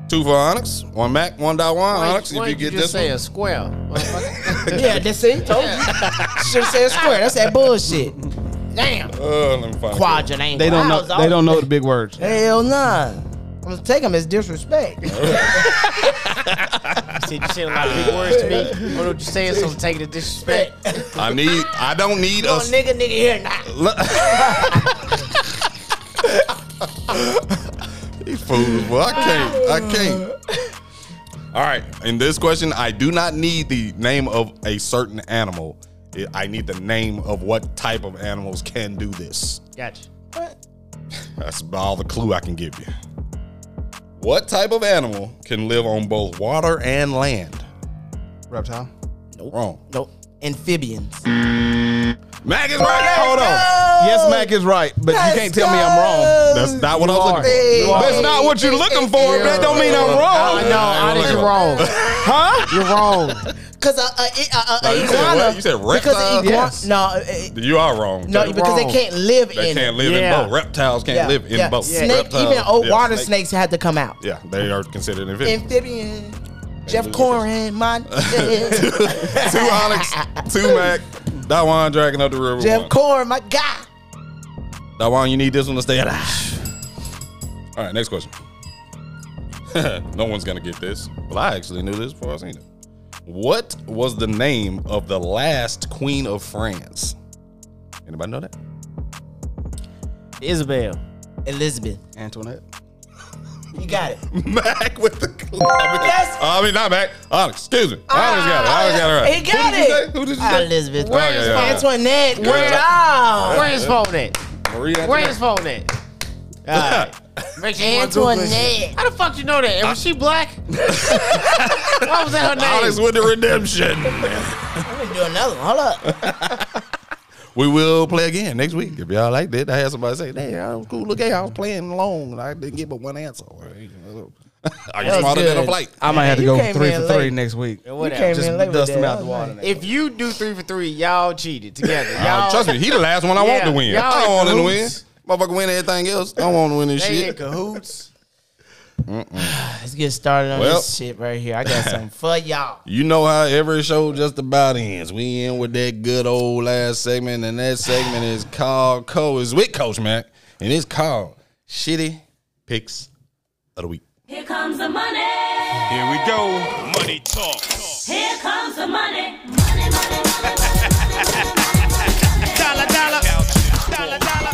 Speaker 1: Two for Onyx, one Mac, one Dot One.
Speaker 2: Why-
Speaker 1: Onyx, if
Speaker 2: why
Speaker 1: you
Speaker 2: didn't
Speaker 1: get this
Speaker 2: just say
Speaker 1: one,
Speaker 2: a square. motherfucker?
Speaker 3: Yeah, that's it. Told you. Should have said square. That's that bullshit.
Speaker 2: Damn.
Speaker 1: uh, let me find it.
Speaker 3: Quadrangle.
Speaker 5: They don't
Speaker 3: I
Speaker 5: know.
Speaker 3: was all-
Speaker 5: They don't know the big words.
Speaker 3: Hell nah. I'm gonna take them as disrespect.
Speaker 2: See, you saying a lot of big words to me. I don't know what you're saying, so I'm taking the disrespect.
Speaker 1: I need. I don't need
Speaker 3: Oh,
Speaker 1: a.
Speaker 3: nigga, nigga, here now.
Speaker 1: These fools. Well, I can't. I can't. All right. In this question, I do not need the name of a certain animal. It- I need the name of what type of animals can do this.
Speaker 2: Gotcha.
Speaker 1: That's about all the clue I can give you. What type of animal can live on both water and land?
Speaker 5: Reptile.
Speaker 1: Wrong.
Speaker 3: Nope. Amphibians.
Speaker 1: Mac is right. Hold on.
Speaker 5: Yes, Mac is right, but you can't tell me I'm wrong.
Speaker 1: That's not what I was looking for.
Speaker 3: Hey.
Speaker 1: That's not what you're looking for. That don't mean I'm
Speaker 2: Uh,
Speaker 1: wrong.
Speaker 2: no, honest, you're wrong.
Speaker 5: Huh?
Speaker 2: You're wrong.
Speaker 3: Cause a, a, a,
Speaker 1: No,
Speaker 3: a, a
Speaker 1: you said what? You said
Speaker 3: iguana. because
Speaker 1: reptile?
Speaker 3: a iguana.
Speaker 5: Yes.
Speaker 3: No, uh,
Speaker 1: You are wrong.
Speaker 3: no,
Speaker 1: too.
Speaker 3: because they
Speaker 2: wrong.
Speaker 3: can't live
Speaker 1: They
Speaker 3: in.
Speaker 1: can't
Speaker 3: it.
Speaker 1: live
Speaker 2: Yeah.
Speaker 1: in both. Reptiles can't
Speaker 3: Yeah,
Speaker 1: live in
Speaker 3: yeah.
Speaker 1: both.
Speaker 3: Snake,
Speaker 1: Reptiles-
Speaker 3: even old
Speaker 1: yeah,
Speaker 3: water
Speaker 1: snake-
Speaker 3: snakes had to come out.
Speaker 1: Yeah, they are considered amphibians.
Speaker 3: Amphibian. Jeff
Speaker 1: lose it.
Speaker 3: Corrin, my
Speaker 1: two Onyx, two Mac, Dawan dragging up the river.
Speaker 3: Jeff
Speaker 1: one.
Speaker 3: Corrin, my guy.
Speaker 1: Dawan, you need this one to stay alive. All right, next question. no one's gonna get this. Well, I actually knew this before I seen it. What was the name of the last queen of France? Anybody know that?
Speaker 2: Isabel.
Speaker 3: Elizabeth.
Speaker 5: Antoinette.
Speaker 3: You got it.
Speaker 1: Mac with the. I mean,
Speaker 3: Yes.
Speaker 1: I mean not Mac. Onyx, excuse me. Onyx got it. Onyx got it right.
Speaker 3: He got
Speaker 1: Who did you
Speaker 3: it.
Speaker 1: say? Who did you say?
Speaker 3: Elizabeth.
Speaker 2: Oh,
Speaker 1: Where is Okay, yeah.
Speaker 3: Antoinette.
Speaker 1: Yeah.
Speaker 3: Where Oh, out?
Speaker 2: Where his phone at?
Speaker 1: Marie
Speaker 2: Where
Speaker 1: Antoinette.
Speaker 2: his phone at? All right. Make sure you wanna Google this shit.
Speaker 3: Antoinette.
Speaker 2: How the fuck you know that? And was she black? Why was that her name?
Speaker 1: Onyx with the redemption.
Speaker 3: I'm gonna do another one. Hold up.
Speaker 1: we will play again next week. If y'all like that, I had somebody say, hey, I was cool. Look, hey, I was playing long. and I didn't get but one answer. Are you
Speaker 3: was
Speaker 1: smarter than a
Speaker 3: good.
Speaker 1: flight?
Speaker 5: I might have to
Speaker 3: you
Speaker 5: go
Speaker 3: came
Speaker 5: three
Speaker 3: in
Speaker 5: for three
Speaker 3: late.
Speaker 5: next week.
Speaker 2: Whatever.
Speaker 3: came
Speaker 5: Just
Speaker 3: in late with
Speaker 5: dust them
Speaker 3: that.
Speaker 5: out the water. next
Speaker 2: If you do three for three, y'all cheated together. Y'all,
Speaker 1: Uh, Trust me, he the last one I want
Speaker 2: Yeah,
Speaker 1: to win.
Speaker 2: y'all
Speaker 1: I
Speaker 2: in
Speaker 1: don't want him to win.
Speaker 2: cahoots.
Speaker 1: Motherfucker win everything else. I don't want to win this
Speaker 2: They in
Speaker 1: shit.
Speaker 2: cahoots.
Speaker 3: Let's get started on
Speaker 1: Well.
Speaker 3: this shit right here. I got something for y'all.
Speaker 1: You know how every show just about ends. We end with that good old last segment, and that segment is called Co. is with Coach Mac, and it's called Shitty Picks of the Week.
Speaker 7: Here comes the money.
Speaker 6: Here we go. Money talk.
Speaker 7: Here comes the money. Money, money, money, money.
Speaker 6: Dollar, dollar. Dollar, dollar.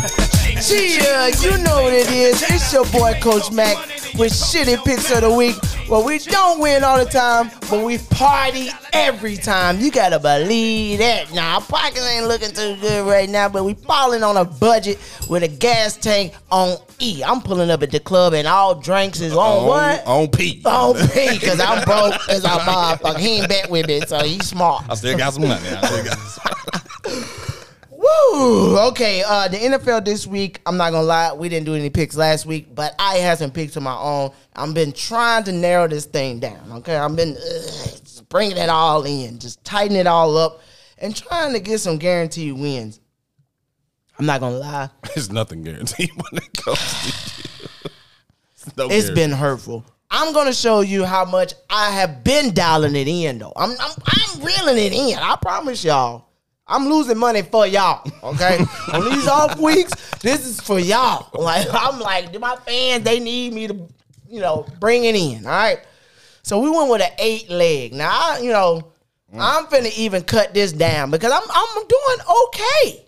Speaker 3: Yeah, you know what it is. It's your boy Coach Mac with shitty picks of the week. Well, we don't win all the time, but we party every time. You gotta believe that. Now our pockets ain't looking too good right now, but we falling on a budget with a gas tank on E. I'm pulling up at the club and all drinks is
Speaker 2: Oh,
Speaker 3: on what?
Speaker 1: On E. P.
Speaker 3: On P, because I'm broke as a motherfucker. He ain't bet with me, so he's smart.
Speaker 1: I still got some money. I still got some.
Speaker 3: Woo! Woo! Okay, uh, the NFL this week. I'm not gonna lie, we didn't do any picks last week, but I had some picks of my own. I've been trying to narrow this thing down. Okay, I've been ugh, just bringing it all in, just tighten it all up, and trying to get some guaranteed wins. I'm not gonna lie,
Speaker 1: There's nothing guaranteed when it comes to you. no
Speaker 3: it's
Speaker 1: guarantee.
Speaker 3: been hurtful. I'm gonna show you how much I have been dialing it in, though. I'm I'm, I'm reeling it in. I promise y'all. I'm losing money for y'all. Okay, on these off weeks, this is for y'all. Like I'm like my fans, they need me to, you know, bring it in. All right. So we went with an eight leg. Now I, you know, I'm finna even cut this down because I'm I'm doing okay,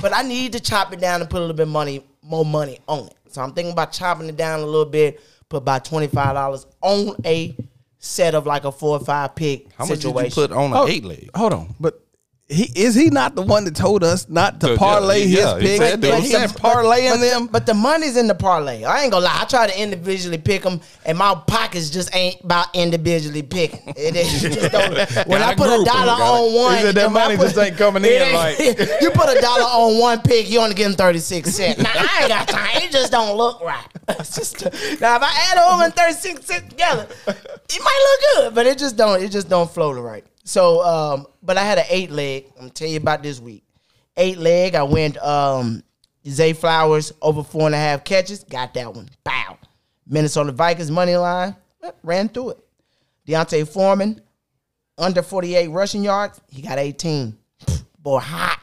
Speaker 3: but I need to chop it down and put a little bit money, more money on it. So I'm thinking about chopping it down a little bit, put about twenty five dollars on a set of like a four or five pick
Speaker 1: How much
Speaker 3: situation.
Speaker 1: did you put on an
Speaker 5: Oh.
Speaker 1: eight leg?
Speaker 5: Hold on, but he is he not the one that told us not to
Speaker 1: Yeah,
Speaker 5: parlay
Speaker 1: yeah, he
Speaker 5: his
Speaker 1: said
Speaker 5: pick?
Speaker 1: that.
Speaker 5: He said parlaying
Speaker 3: but,
Speaker 5: them.
Speaker 3: But the money's in the parlay. I ain't gonna lie. I try to individually pick them, and my pockets just ain't about individually picking. It is just don't- when I
Speaker 1: Gotta
Speaker 3: put a
Speaker 1: group 'em,
Speaker 5: oh
Speaker 3: dollar
Speaker 1: gotta-
Speaker 3: on one,
Speaker 5: He said that
Speaker 3: when I
Speaker 5: money just ain't coming
Speaker 3: it
Speaker 5: in,
Speaker 3: ain't- you put a dollar on one pick, you only getting thirty six cents. Now I ain't got time. It just don't look right. It's just- now if I add over and thirty six cents together, it might look good, but it just don't. It just don't float right. So, um, but I had an eight leg. I'm gonna tell you about this week eight leg. I went um Zay Flowers over four and a half catches. Got that one. Bow. Minnesota Vikings money line eh, ran through it. Deontay Foreman under 48 rushing yards. He got 18. Boy, hot.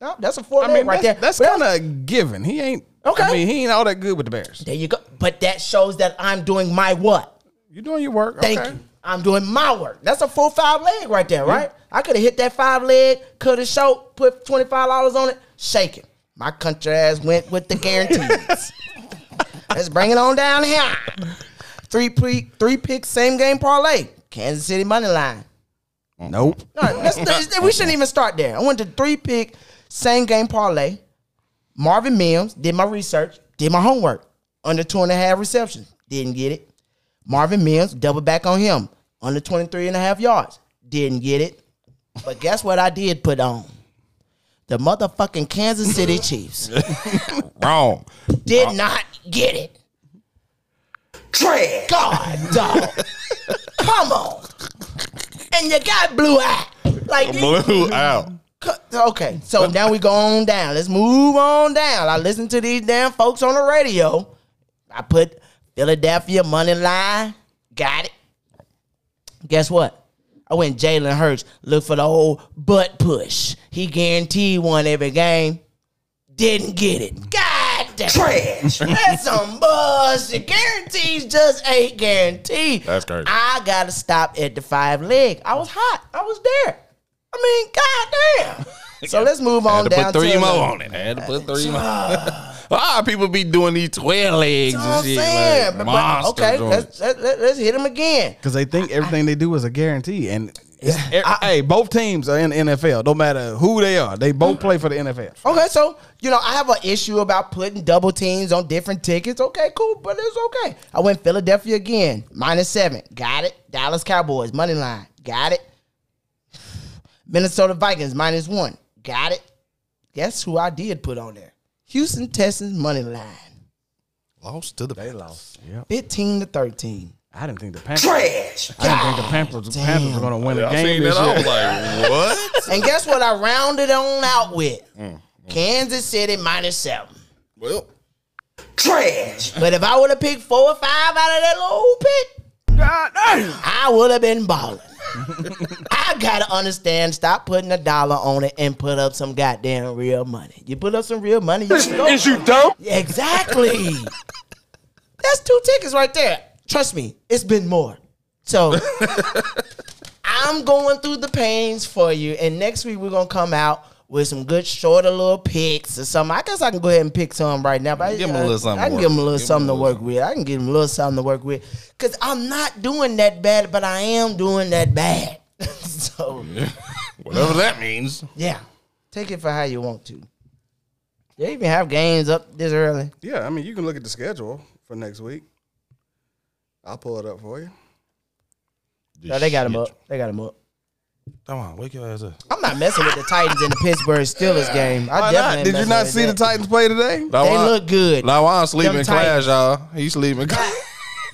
Speaker 3: No, Oh, that's a four
Speaker 5: I
Speaker 3: leg
Speaker 5: mean,
Speaker 3: right there.
Speaker 5: that's, that's
Speaker 3: But
Speaker 5: kind of given. He ain't.
Speaker 3: Okay.
Speaker 5: Okay. I mean, he ain't all that good with the Bears.
Speaker 3: there you go. But that shows that I'm doing my what?
Speaker 5: You doing your work?
Speaker 3: Thank
Speaker 5: okay.
Speaker 3: you. I'm doing my work. That's a four five leg right there, right? I could have hit that five leg, cut it short, put twenty five dollars on it, shake it. My country ass went with the guarantees. Let's bring it on down here. Three pre, three picks, same game parlay. Kansas City money line.
Speaker 5: Nope.
Speaker 3: No, that's, that's- we shouldn't even start there. I went to three pick, same game parlay. Marvin Mims did my research, did my homework. Under two and a half receptions, didn't get it. Marvin Mims double back on him, under 23 and a half yards, didn't get it. But guess what I did put on? The motherfucking Kansas City Chiefs
Speaker 1: Wrong.
Speaker 3: did not get it. Dread. God, dog. Come on. And you got blue eye. Like,
Speaker 1: Blew out.
Speaker 3: Okay, so now we go on down. Let's move on down. I listen to these damn folks on the radio. I put Philadelphia money line. Got it. Guess what? I went Jalen Hurts. Look for the old butt push. He guaranteed one every game. Didn't get it. God damn. Trash. That's some bullshit. Guarantees just ain't guaranteed.
Speaker 1: That's crazy.
Speaker 3: I gotta stop at the five leg. I was hot. I was there. I mean, god damn. So let's move on
Speaker 1: Had to
Speaker 3: down
Speaker 1: put three
Speaker 3: to
Speaker 1: more
Speaker 3: another-
Speaker 1: on it. Had to put three more. ah, people be doing these twelve legs
Speaker 3: You know what
Speaker 1: and
Speaker 3: I'm
Speaker 1: shit.
Speaker 3: saying,
Speaker 1: like
Speaker 3: But- but-
Speaker 1: monster
Speaker 3: okay,
Speaker 1: joints.
Speaker 3: let's, let, let, let's hit him again.
Speaker 5: Because they think everything they do is a guarantee, and it's- hey, both teams are in the NFL. No matter who they are, they both play for the NFL.
Speaker 3: Okay, so you know I have an issue about putting double teams on different tickets. Okay, cool, but it's okay. I went Philadelphia again, minus seven. Got it. Dallas Cowboys money line. Got it. Minnesota Vikings minus one. Got it. Guess who I did put on there? Houston Texans money line,
Speaker 1: lost to the they lost.
Speaker 3: fifteen to thirteen.
Speaker 5: I didn't think the Panthers. I didn't think the Panthers, Panthers were going to win a
Speaker 1: I
Speaker 5: game
Speaker 1: seen
Speaker 5: this
Speaker 1: that.
Speaker 5: year.
Speaker 1: I was like, what?
Speaker 3: And guess what? I rounded on out with Kansas City minus seven.
Speaker 1: well,
Speaker 3: But if I would have picked four or five out of that little pick, I would have been balling. I gotta understand. Stop putting a dollar on it and put up some goddamn real money. You put up some real money, you can go. Is you dope? Exactly. That's two tickets right there. Trust me, it's been more. So I'm going through the pains for you, and next week we're gonna come out. With some good shorter little picks or something. I guess I can go ahead and pick some right now. But I-
Speaker 1: Give 'em a little something
Speaker 3: I
Speaker 1: to
Speaker 3: can
Speaker 1: work
Speaker 3: give them a
Speaker 1: with.
Speaker 3: little
Speaker 1: Give 'em a
Speaker 3: something to
Speaker 1: little
Speaker 3: work with. I can give them a little something to work with. Cause I'm not doing that bad, but I am doing that bad. so
Speaker 1: whatever that means.
Speaker 3: yeah. Take it for how you want to. They even have games up this early.
Speaker 4: Yeah, I mean, you can look at the schedule for next week. I'll pull it up for you.
Speaker 3: No, they got them up. They got them up.
Speaker 1: Come on, wake your ass up.
Speaker 3: I'm not messing with the Titans in the Pittsburgh Steelers game. I
Speaker 5: Why not?
Speaker 3: definitely ain't
Speaker 5: Did you
Speaker 3: messing
Speaker 5: not
Speaker 3: with
Speaker 5: see the
Speaker 3: that.
Speaker 5: Titans play today?
Speaker 3: They look good.
Speaker 1: Lawan sleeping
Speaker 3: Them
Speaker 1: in class,
Speaker 3: Titans.
Speaker 1: y'all. He sleeping.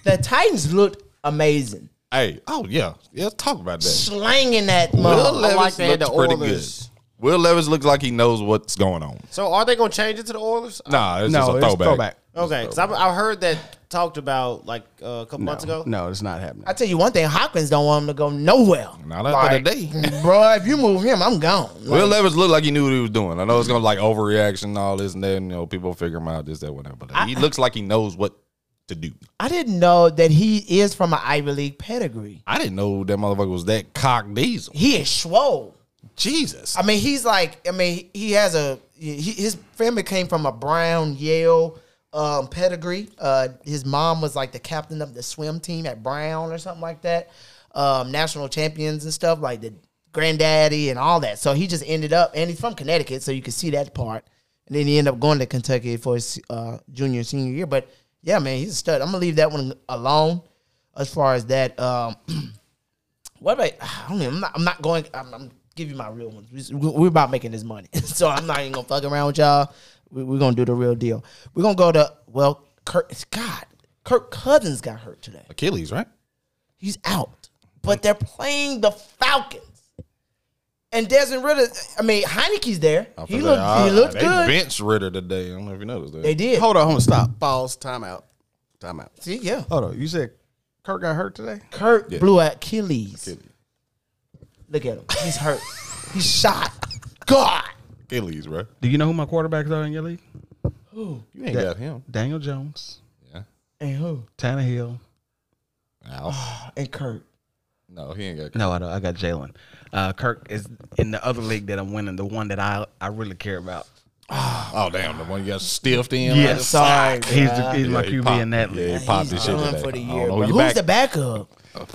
Speaker 3: The Titans looked amazing.
Speaker 1: hey, oh yeah, yeah. Talk about that.
Speaker 3: Slanging that
Speaker 1: Will
Speaker 3: mother.
Speaker 1: Levis
Speaker 2: like they had
Speaker 1: looks
Speaker 2: the
Speaker 1: pretty
Speaker 2: Oilers.
Speaker 1: good. Will Levis looks like he knows what's going on.
Speaker 2: So are they going to change it to the Oilers?
Speaker 1: Nah, it's just
Speaker 5: No,
Speaker 1: a
Speaker 5: it's
Speaker 1: throwback.
Speaker 5: throwback.
Speaker 3: Oh,
Speaker 2: Okay, because I heard that talked about like uh, a couple months ago.
Speaker 4: No, it's not happening.
Speaker 3: I tell you one thing, Hopkins don't want him to go nowhere.
Speaker 1: Not after the day.
Speaker 3: Bro, if you move him, I'm gone.
Speaker 1: Will Levis looked like he knew what he was doing. I know it's gonna like overreaction, and all this and that. And, you know, people figure him out, this, that, whatever. But he looks like he knows what to do.
Speaker 3: I didn't know that he is from an Ivy League pedigree.
Speaker 1: I didn't know that motherfucker was that cock diesel.
Speaker 3: He is swole.
Speaker 1: Jesus.
Speaker 3: I mean, he's like, I mean, he has a, he, his family came from a Brown Yale um, pedigree. Uh, his mom was like the captain of the swim team at Brown or something like that, um, national champions and stuff, like the granddaddy and all that. So he just ended up, and he's from Connecticut, so you can see that part. And then he ended up going to Kentucky for his uh, junior and senior year. But yeah, man, he's a stud. I'm gonna leave that one alone as far as that. Um, what about? I don't even, I'm not. I'm not going. I'm, I'm give you my real ones. We- We're about making this money, so I'm not even gonna fuck around with y'all. We, we're gonna do the real deal. We're gonna go to well, Kirk. God, Kirk Cousins got hurt today.
Speaker 1: Achilles, right?
Speaker 3: He's out, but they're playing the Falcons. And Desmond Ritter, I mean Heineke's there. He
Speaker 1: feel
Speaker 3: looked,
Speaker 1: that.
Speaker 3: he
Speaker 1: Ah,
Speaker 3: looked
Speaker 1: they
Speaker 3: good.
Speaker 1: Bench Ritter today. I don't know if you noticed that.
Speaker 3: They did.
Speaker 4: Hold on, hold on, stop. Pause. Time out. Time out.
Speaker 3: See, yeah.
Speaker 4: Hold on. You said Kirk got hurt today?
Speaker 3: Kurt blew at Achilles. Look at him. He's hurt. He's shot. God.
Speaker 1: Achilles, right?
Speaker 5: Do you know who my quarterbacks are in your league?
Speaker 1: You ain't got him.
Speaker 5: Daniel Jones,
Speaker 3: And who?
Speaker 5: Tannehill.
Speaker 1: Ow.
Speaker 3: And Kurt.
Speaker 1: No, he ain't got.
Speaker 5: No, I don't. I got Jalen. Uh, Kirk is in the other league that I'm winning. The one that I I really care about.
Speaker 1: Oh damn, the one you got stiffed in. like
Speaker 5: Yes.
Speaker 1: this?
Speaker 3: Sorry.
Speaker 5: He's, the, he's
Speaker 1: Yeah,
Speaker 5: my
Speaker 1: he
Speaker 5: QB
Speaker 1: popped.
Speaker 5: in that
Speaker 1: Yeah,
Speaker 5: league.
Speaker 1: he popped his
Speaker 3: He's
Speaker 1: shit
Speaker 3: done
Speaker 1: today.
Speaker 3: for the
Speaker 1: I don't
Speaker 3: year.
Speaker 1: know
Speaker 3: bro.
Speaker 1: who
Speaker 3: Who's
Speaker 1: back-
Speaker 3: the backup? I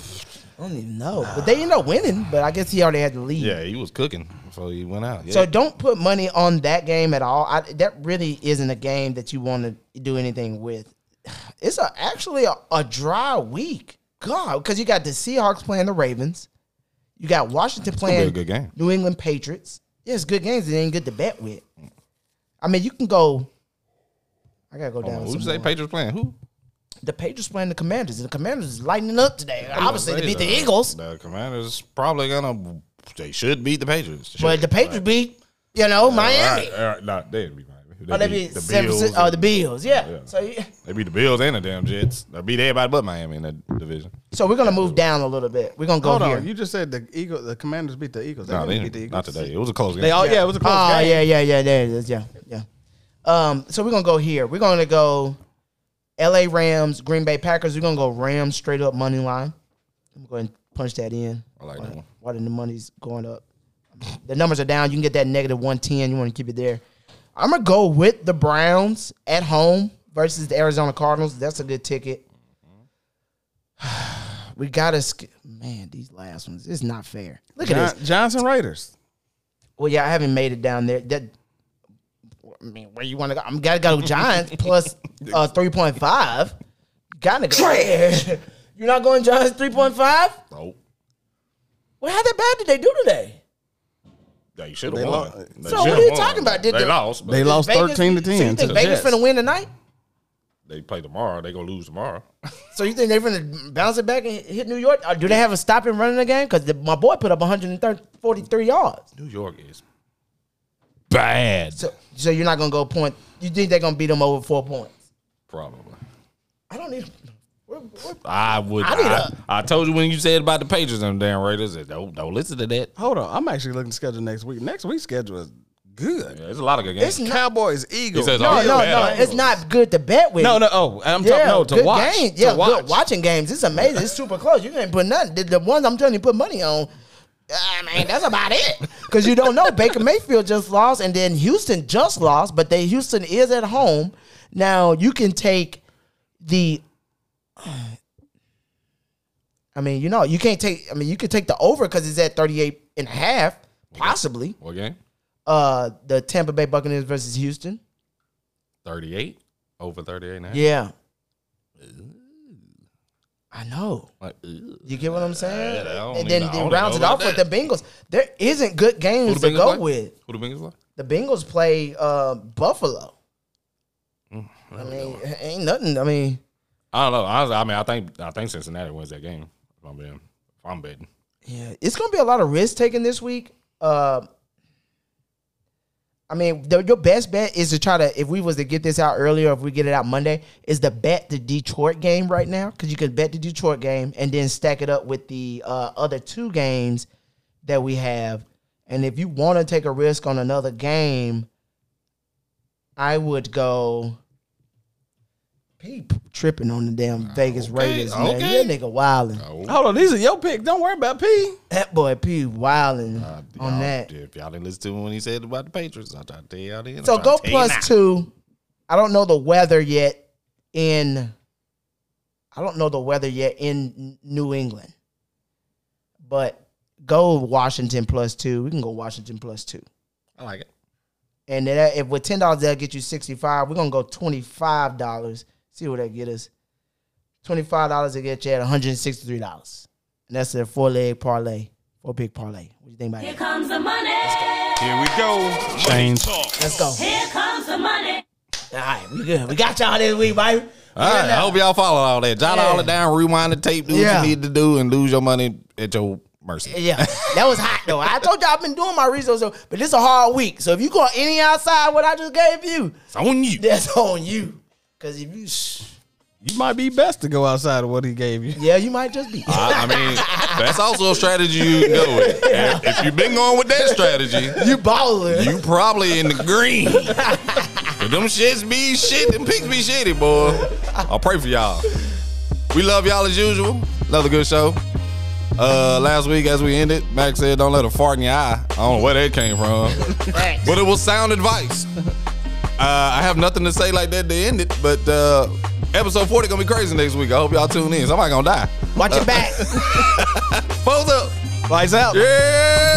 Speaker 3: don't even know. But they end up winning. But I guess he already had to leave.
Speaker 1: Yeah, he was cooking before he went out. Yeah.
Speaker 3: So don't put money on that game at all. I, that really isn't a game that you want to do anything with. It's a, actually a, a dry week. God, because you got the Seahawks playing the Ravens. You got Washington
Speaker 1: be a
Speaker 3: playing
Speaker 1: good game.
Speaker 3: New England Patriots. Yeah, it's good games. It ain't good to bet with. I mean, you can go. I gotta go down.
Speaker 1: who
Speaker 3: some
Speaker 1: say
Speaker 3: more.
Speaker 1: Patriots playing? Who?
Speaker 3: the Patriots playing the Commanders, and the Commanders is lighting up today. Obviously, to beat the
Speaker 1: Uh,
Speaker 3: Eagles,
Speaker 1: The Commanders probably gonna. They should beat the Patriots. Should.
Speaker 3: but the Patriots beat you know Miami.
Speaker 1: All right, all right. No, they didn't beat Miami. They,
Speaker 3: Oh, they
Speaker 1: beat
Speaker 3: beat San Francisco. Oh, the Bills. Yeah.
Speaker 1: Yeah.
Speaker 3: So, yeah.
Speaker 1: They beat the Bills and the damn Jets. They beat everybody but Miami in that division.
Speaker 3: so we're gonna move down a little bit. We're gonna go
Speaker 4: Hold
Speaker 3: here.
Speaker 4: on. You just said the Eagles, the Commanders beat the Eagles. They
Speaker 1: No,
Speaker 4: didn't
Speaker 1: they
Speaker 4: beat the
Speaker 1: didn't.
Speaker 4: Eagles.
Speaker 1: Not today. It was a close game.
Speaker 5: They all, yeah. it was a close
Speaker 3: Oh
Speaker 5: game.
Speaker 3: yeah, yeah, yeah. There it is. Yeah, yeah. Um, so we're gonna go here. We're gonna go L.A. Rams, Green Bay Packers. We're gonna go Rams straight up money line. I'm going to punch that in.
Speaker 1: I like that one.
Speaker 3: Why did the money's going up? The numbers are down. You can get that negative one ten. You want to keep it there. I'm gonna go with the Browns at home versus the Arizona Cardinals. That's a good ticket. We gotta sk- man. These last ones, it's not fair. Look at this.
Speaker 4: John- Johnson Raiders.
Speaker 3: Well, yeah, I haven't made it down there. That I mean, where you want to go? I'm gotta go Giants plus uh, three point five. Gotta go. there. You're not going Giants three point five?
Speaker 1: Nope.
Speaker 3: Well, how that bad did they do today?
Speaker 1: They should have won. They
Speaker 3: So what
Speaker 1: should've
Speaker 3: are you
Speaker 1: won.
Speaker 3: talking about? Did
Speaker 1: they
Speaker 3: the-
Speaker 1: lost. But
Speaker 4: They
Speaker 1: they,
Speaker 4: lost
Speaker 3: Vegas-
Speaker 4: 13 to 10.
Speaker 3: So you
Speaker 4: to
Speaker 3: think
Speaker 4: the
Speaker 3: Vegas
Speaker 4: Jets.
Speaker 3: finna win tonight?
Speaker 1: play tomorrow. They gonna lose tomorrow.
Speaker 3: So you think they're gonna bounce it back and hit New York? Or do they have a stop and running again? Because my boy put up 143 yards.
Speaker 1: New York is bad.
Speaker 3: So, so you're not gonna go point. You think they're gonna beat them over four points?
Speaker 1: Probably.
Speaker 3: I don't need. We're, we're
Speaker 1: I would.
Speaker 3: I need
Speaker 1: I, I told you when you said about the Patriots and the damn Raiders. That don't, don't listen to that.
Speaker 4: Hold on. I'm actually looking to schedule next week. Next week's schedule is good.
Speaker 1: Yeah, there's a lot of good games.
Speaker 3: it's not
Speaker 4: Cowboys,
Speaker 1: He
Speaker 4: Eagles.
Speaker 1: says,
Speaker 3: No,
Speaker 1: oh,
Speaker 3: no,
Speaker 1: yeah,
Speaker 3: no.
Speaker 1: bad.
Speaker 3: It's not good to bet with.
Speaker 5: No, no. Oh, I'm
Speaker 3: Yeah,
Speaker 5: talking no to
Speaker 3: good
Speaker 5: watch.
Speaker 3: games.
Speaker 5: To
Speaker 3: Yeah,
Speaker 5: watch.
Speaker 3: good watching games. It's amazing. It's super close. You can't put nothing. The, the ones I'm telling you, put money on. I mean, that's about it. Because you don't know. Baker Mayfield just lost, and then Houston just lost, but they Houston is at home. Now you can take the. I mean, you know, you can't take. I mean, you could take the over because it's at 38 and a half, possibly.
Speaker 1: What game?
Speaker 3: Uh, the Tampa Bay Buccaneers versus Houston.
Speaker 1: Thirty-eight over thirty-eight now.
Speaker 3: Yeah. I know.
Speaker 1: Like, ugh.
Speaker 3: You get what I'm saying?
Speaker 1: I don't even
Speaker 3: and then
Speaker 1: know- I don't
Speaker 3: they
Speaker 1: even
Speaker 3: rounds
Speaker 1: know
Speaker 3: it off
Speaker 1: about
Speaker 3: with the Bengals. There isn't good
Speaker 1: Who
Speaker 3: games
Speaker 1: the
Speaker 3: to
Speaker 1: Bengals
Speaker 3: go
Speaker 1: play?
Speaker 3: with.
Speaker 1: Who the Bengals like?
Speaker 3: The Bengals play uh, Buffalo.
Speaker 1: Mm,
Speaker 3: I mean, ain't nothing. I mean,
Speaker 1: I don't know. Honestly, I mean, I think I think Cincinnati wins that game. If I'm betting, if I'm betting.
Speaker 3: yeah, it's gonna be a lot of risk taking this week. Uh, I mean, the, your best bet is to try to. If we was to get this out earlier, if we get it out Monday, is to bet the Detroit game right now because you can bet the Detroit game and then stack it up with the uh, other two games that we have. And if you want to take a risk on another game, I would go. Peep tripping on the damn Vegas Raiders, man.
Speaker 1: Ah, okay.
Speaker 3: That nigga wildin'.
Speaker 5: Hold on, these are your pick. Don't worry about P.
Speaker 3: That boy P wilding on
Speaker 1: Uh, Y'all-
Speaker 3: that.
Speaker 1: If y'all didn't listen to him when he said about the Patriots, I tried to tell y'all then.
Speaker 3: So
Speaker 1: I'm trying
Speaker 3: go
Speaker 1: to tell you now.
Speaker 3: plus two. I don't know the weather yet in. I don't know the weather yet in New England, but go Washington plus two. We can go Washington plus two,
Speaker 1: I like it.
Speaker 3: and that, if with ten dollars that'll get you sixty five. We're gonna go twenty five dollars. See what that get us. Twenty five dollars to get you at one hundred and sixty three dollars, and that's a four leg parlay, four big parlay. What do you think about
Speaker 7: Here
Speaker 3: that?
Speaker 7: comes the money.
Speaker 6: Here we go. Money talk.
Speaker 3: Let's go.
Speaker 7: Here comes the money.
Speaker 3: All right, we good. We got y'all this week, baby.
Speaker 1: All right, I hope y'all follow all that. Jot all it down, rewind the tape, do what
Speaker 3: Yeah.
Speaker 1: you need to do, and lose your money at your mercy.
Speaker 3: Yeah, that was hot though. I told y'all I've been doing my research, so, but this is a hard week. So if you go any outside what I just gave you,
Speaker 1: It's on you.
Speaker 3: that's on you. Cause if you,
Speaker 5: You might be best to go outside of what he gave you.
Speaker 3: yeah, you might just be.
Speaker 1: I, I mean, that's also a strategy you can go with. If, if you've been going with that strategy,
Speaker 3: You balling.
Speaker 1: you probably in the green. If them shits be shit, them picks be shitty, boy. I'll pray for y'all. We love y'all as usual. Another good show. Uh, last week, as we ended, Max said, "Don't let a fart in your eye." I don't know where that came from, but it was sound advice. Uh, I have nothing to say like that to end it, but uh, episode forty gonna be crazy next week. I hope y'all tune in. Somebody gonna die.
Speaker 3: Watch your back.
Speaker 1: Foes up.
Speaker 5: Lights out.
Speaker 1: Yeah.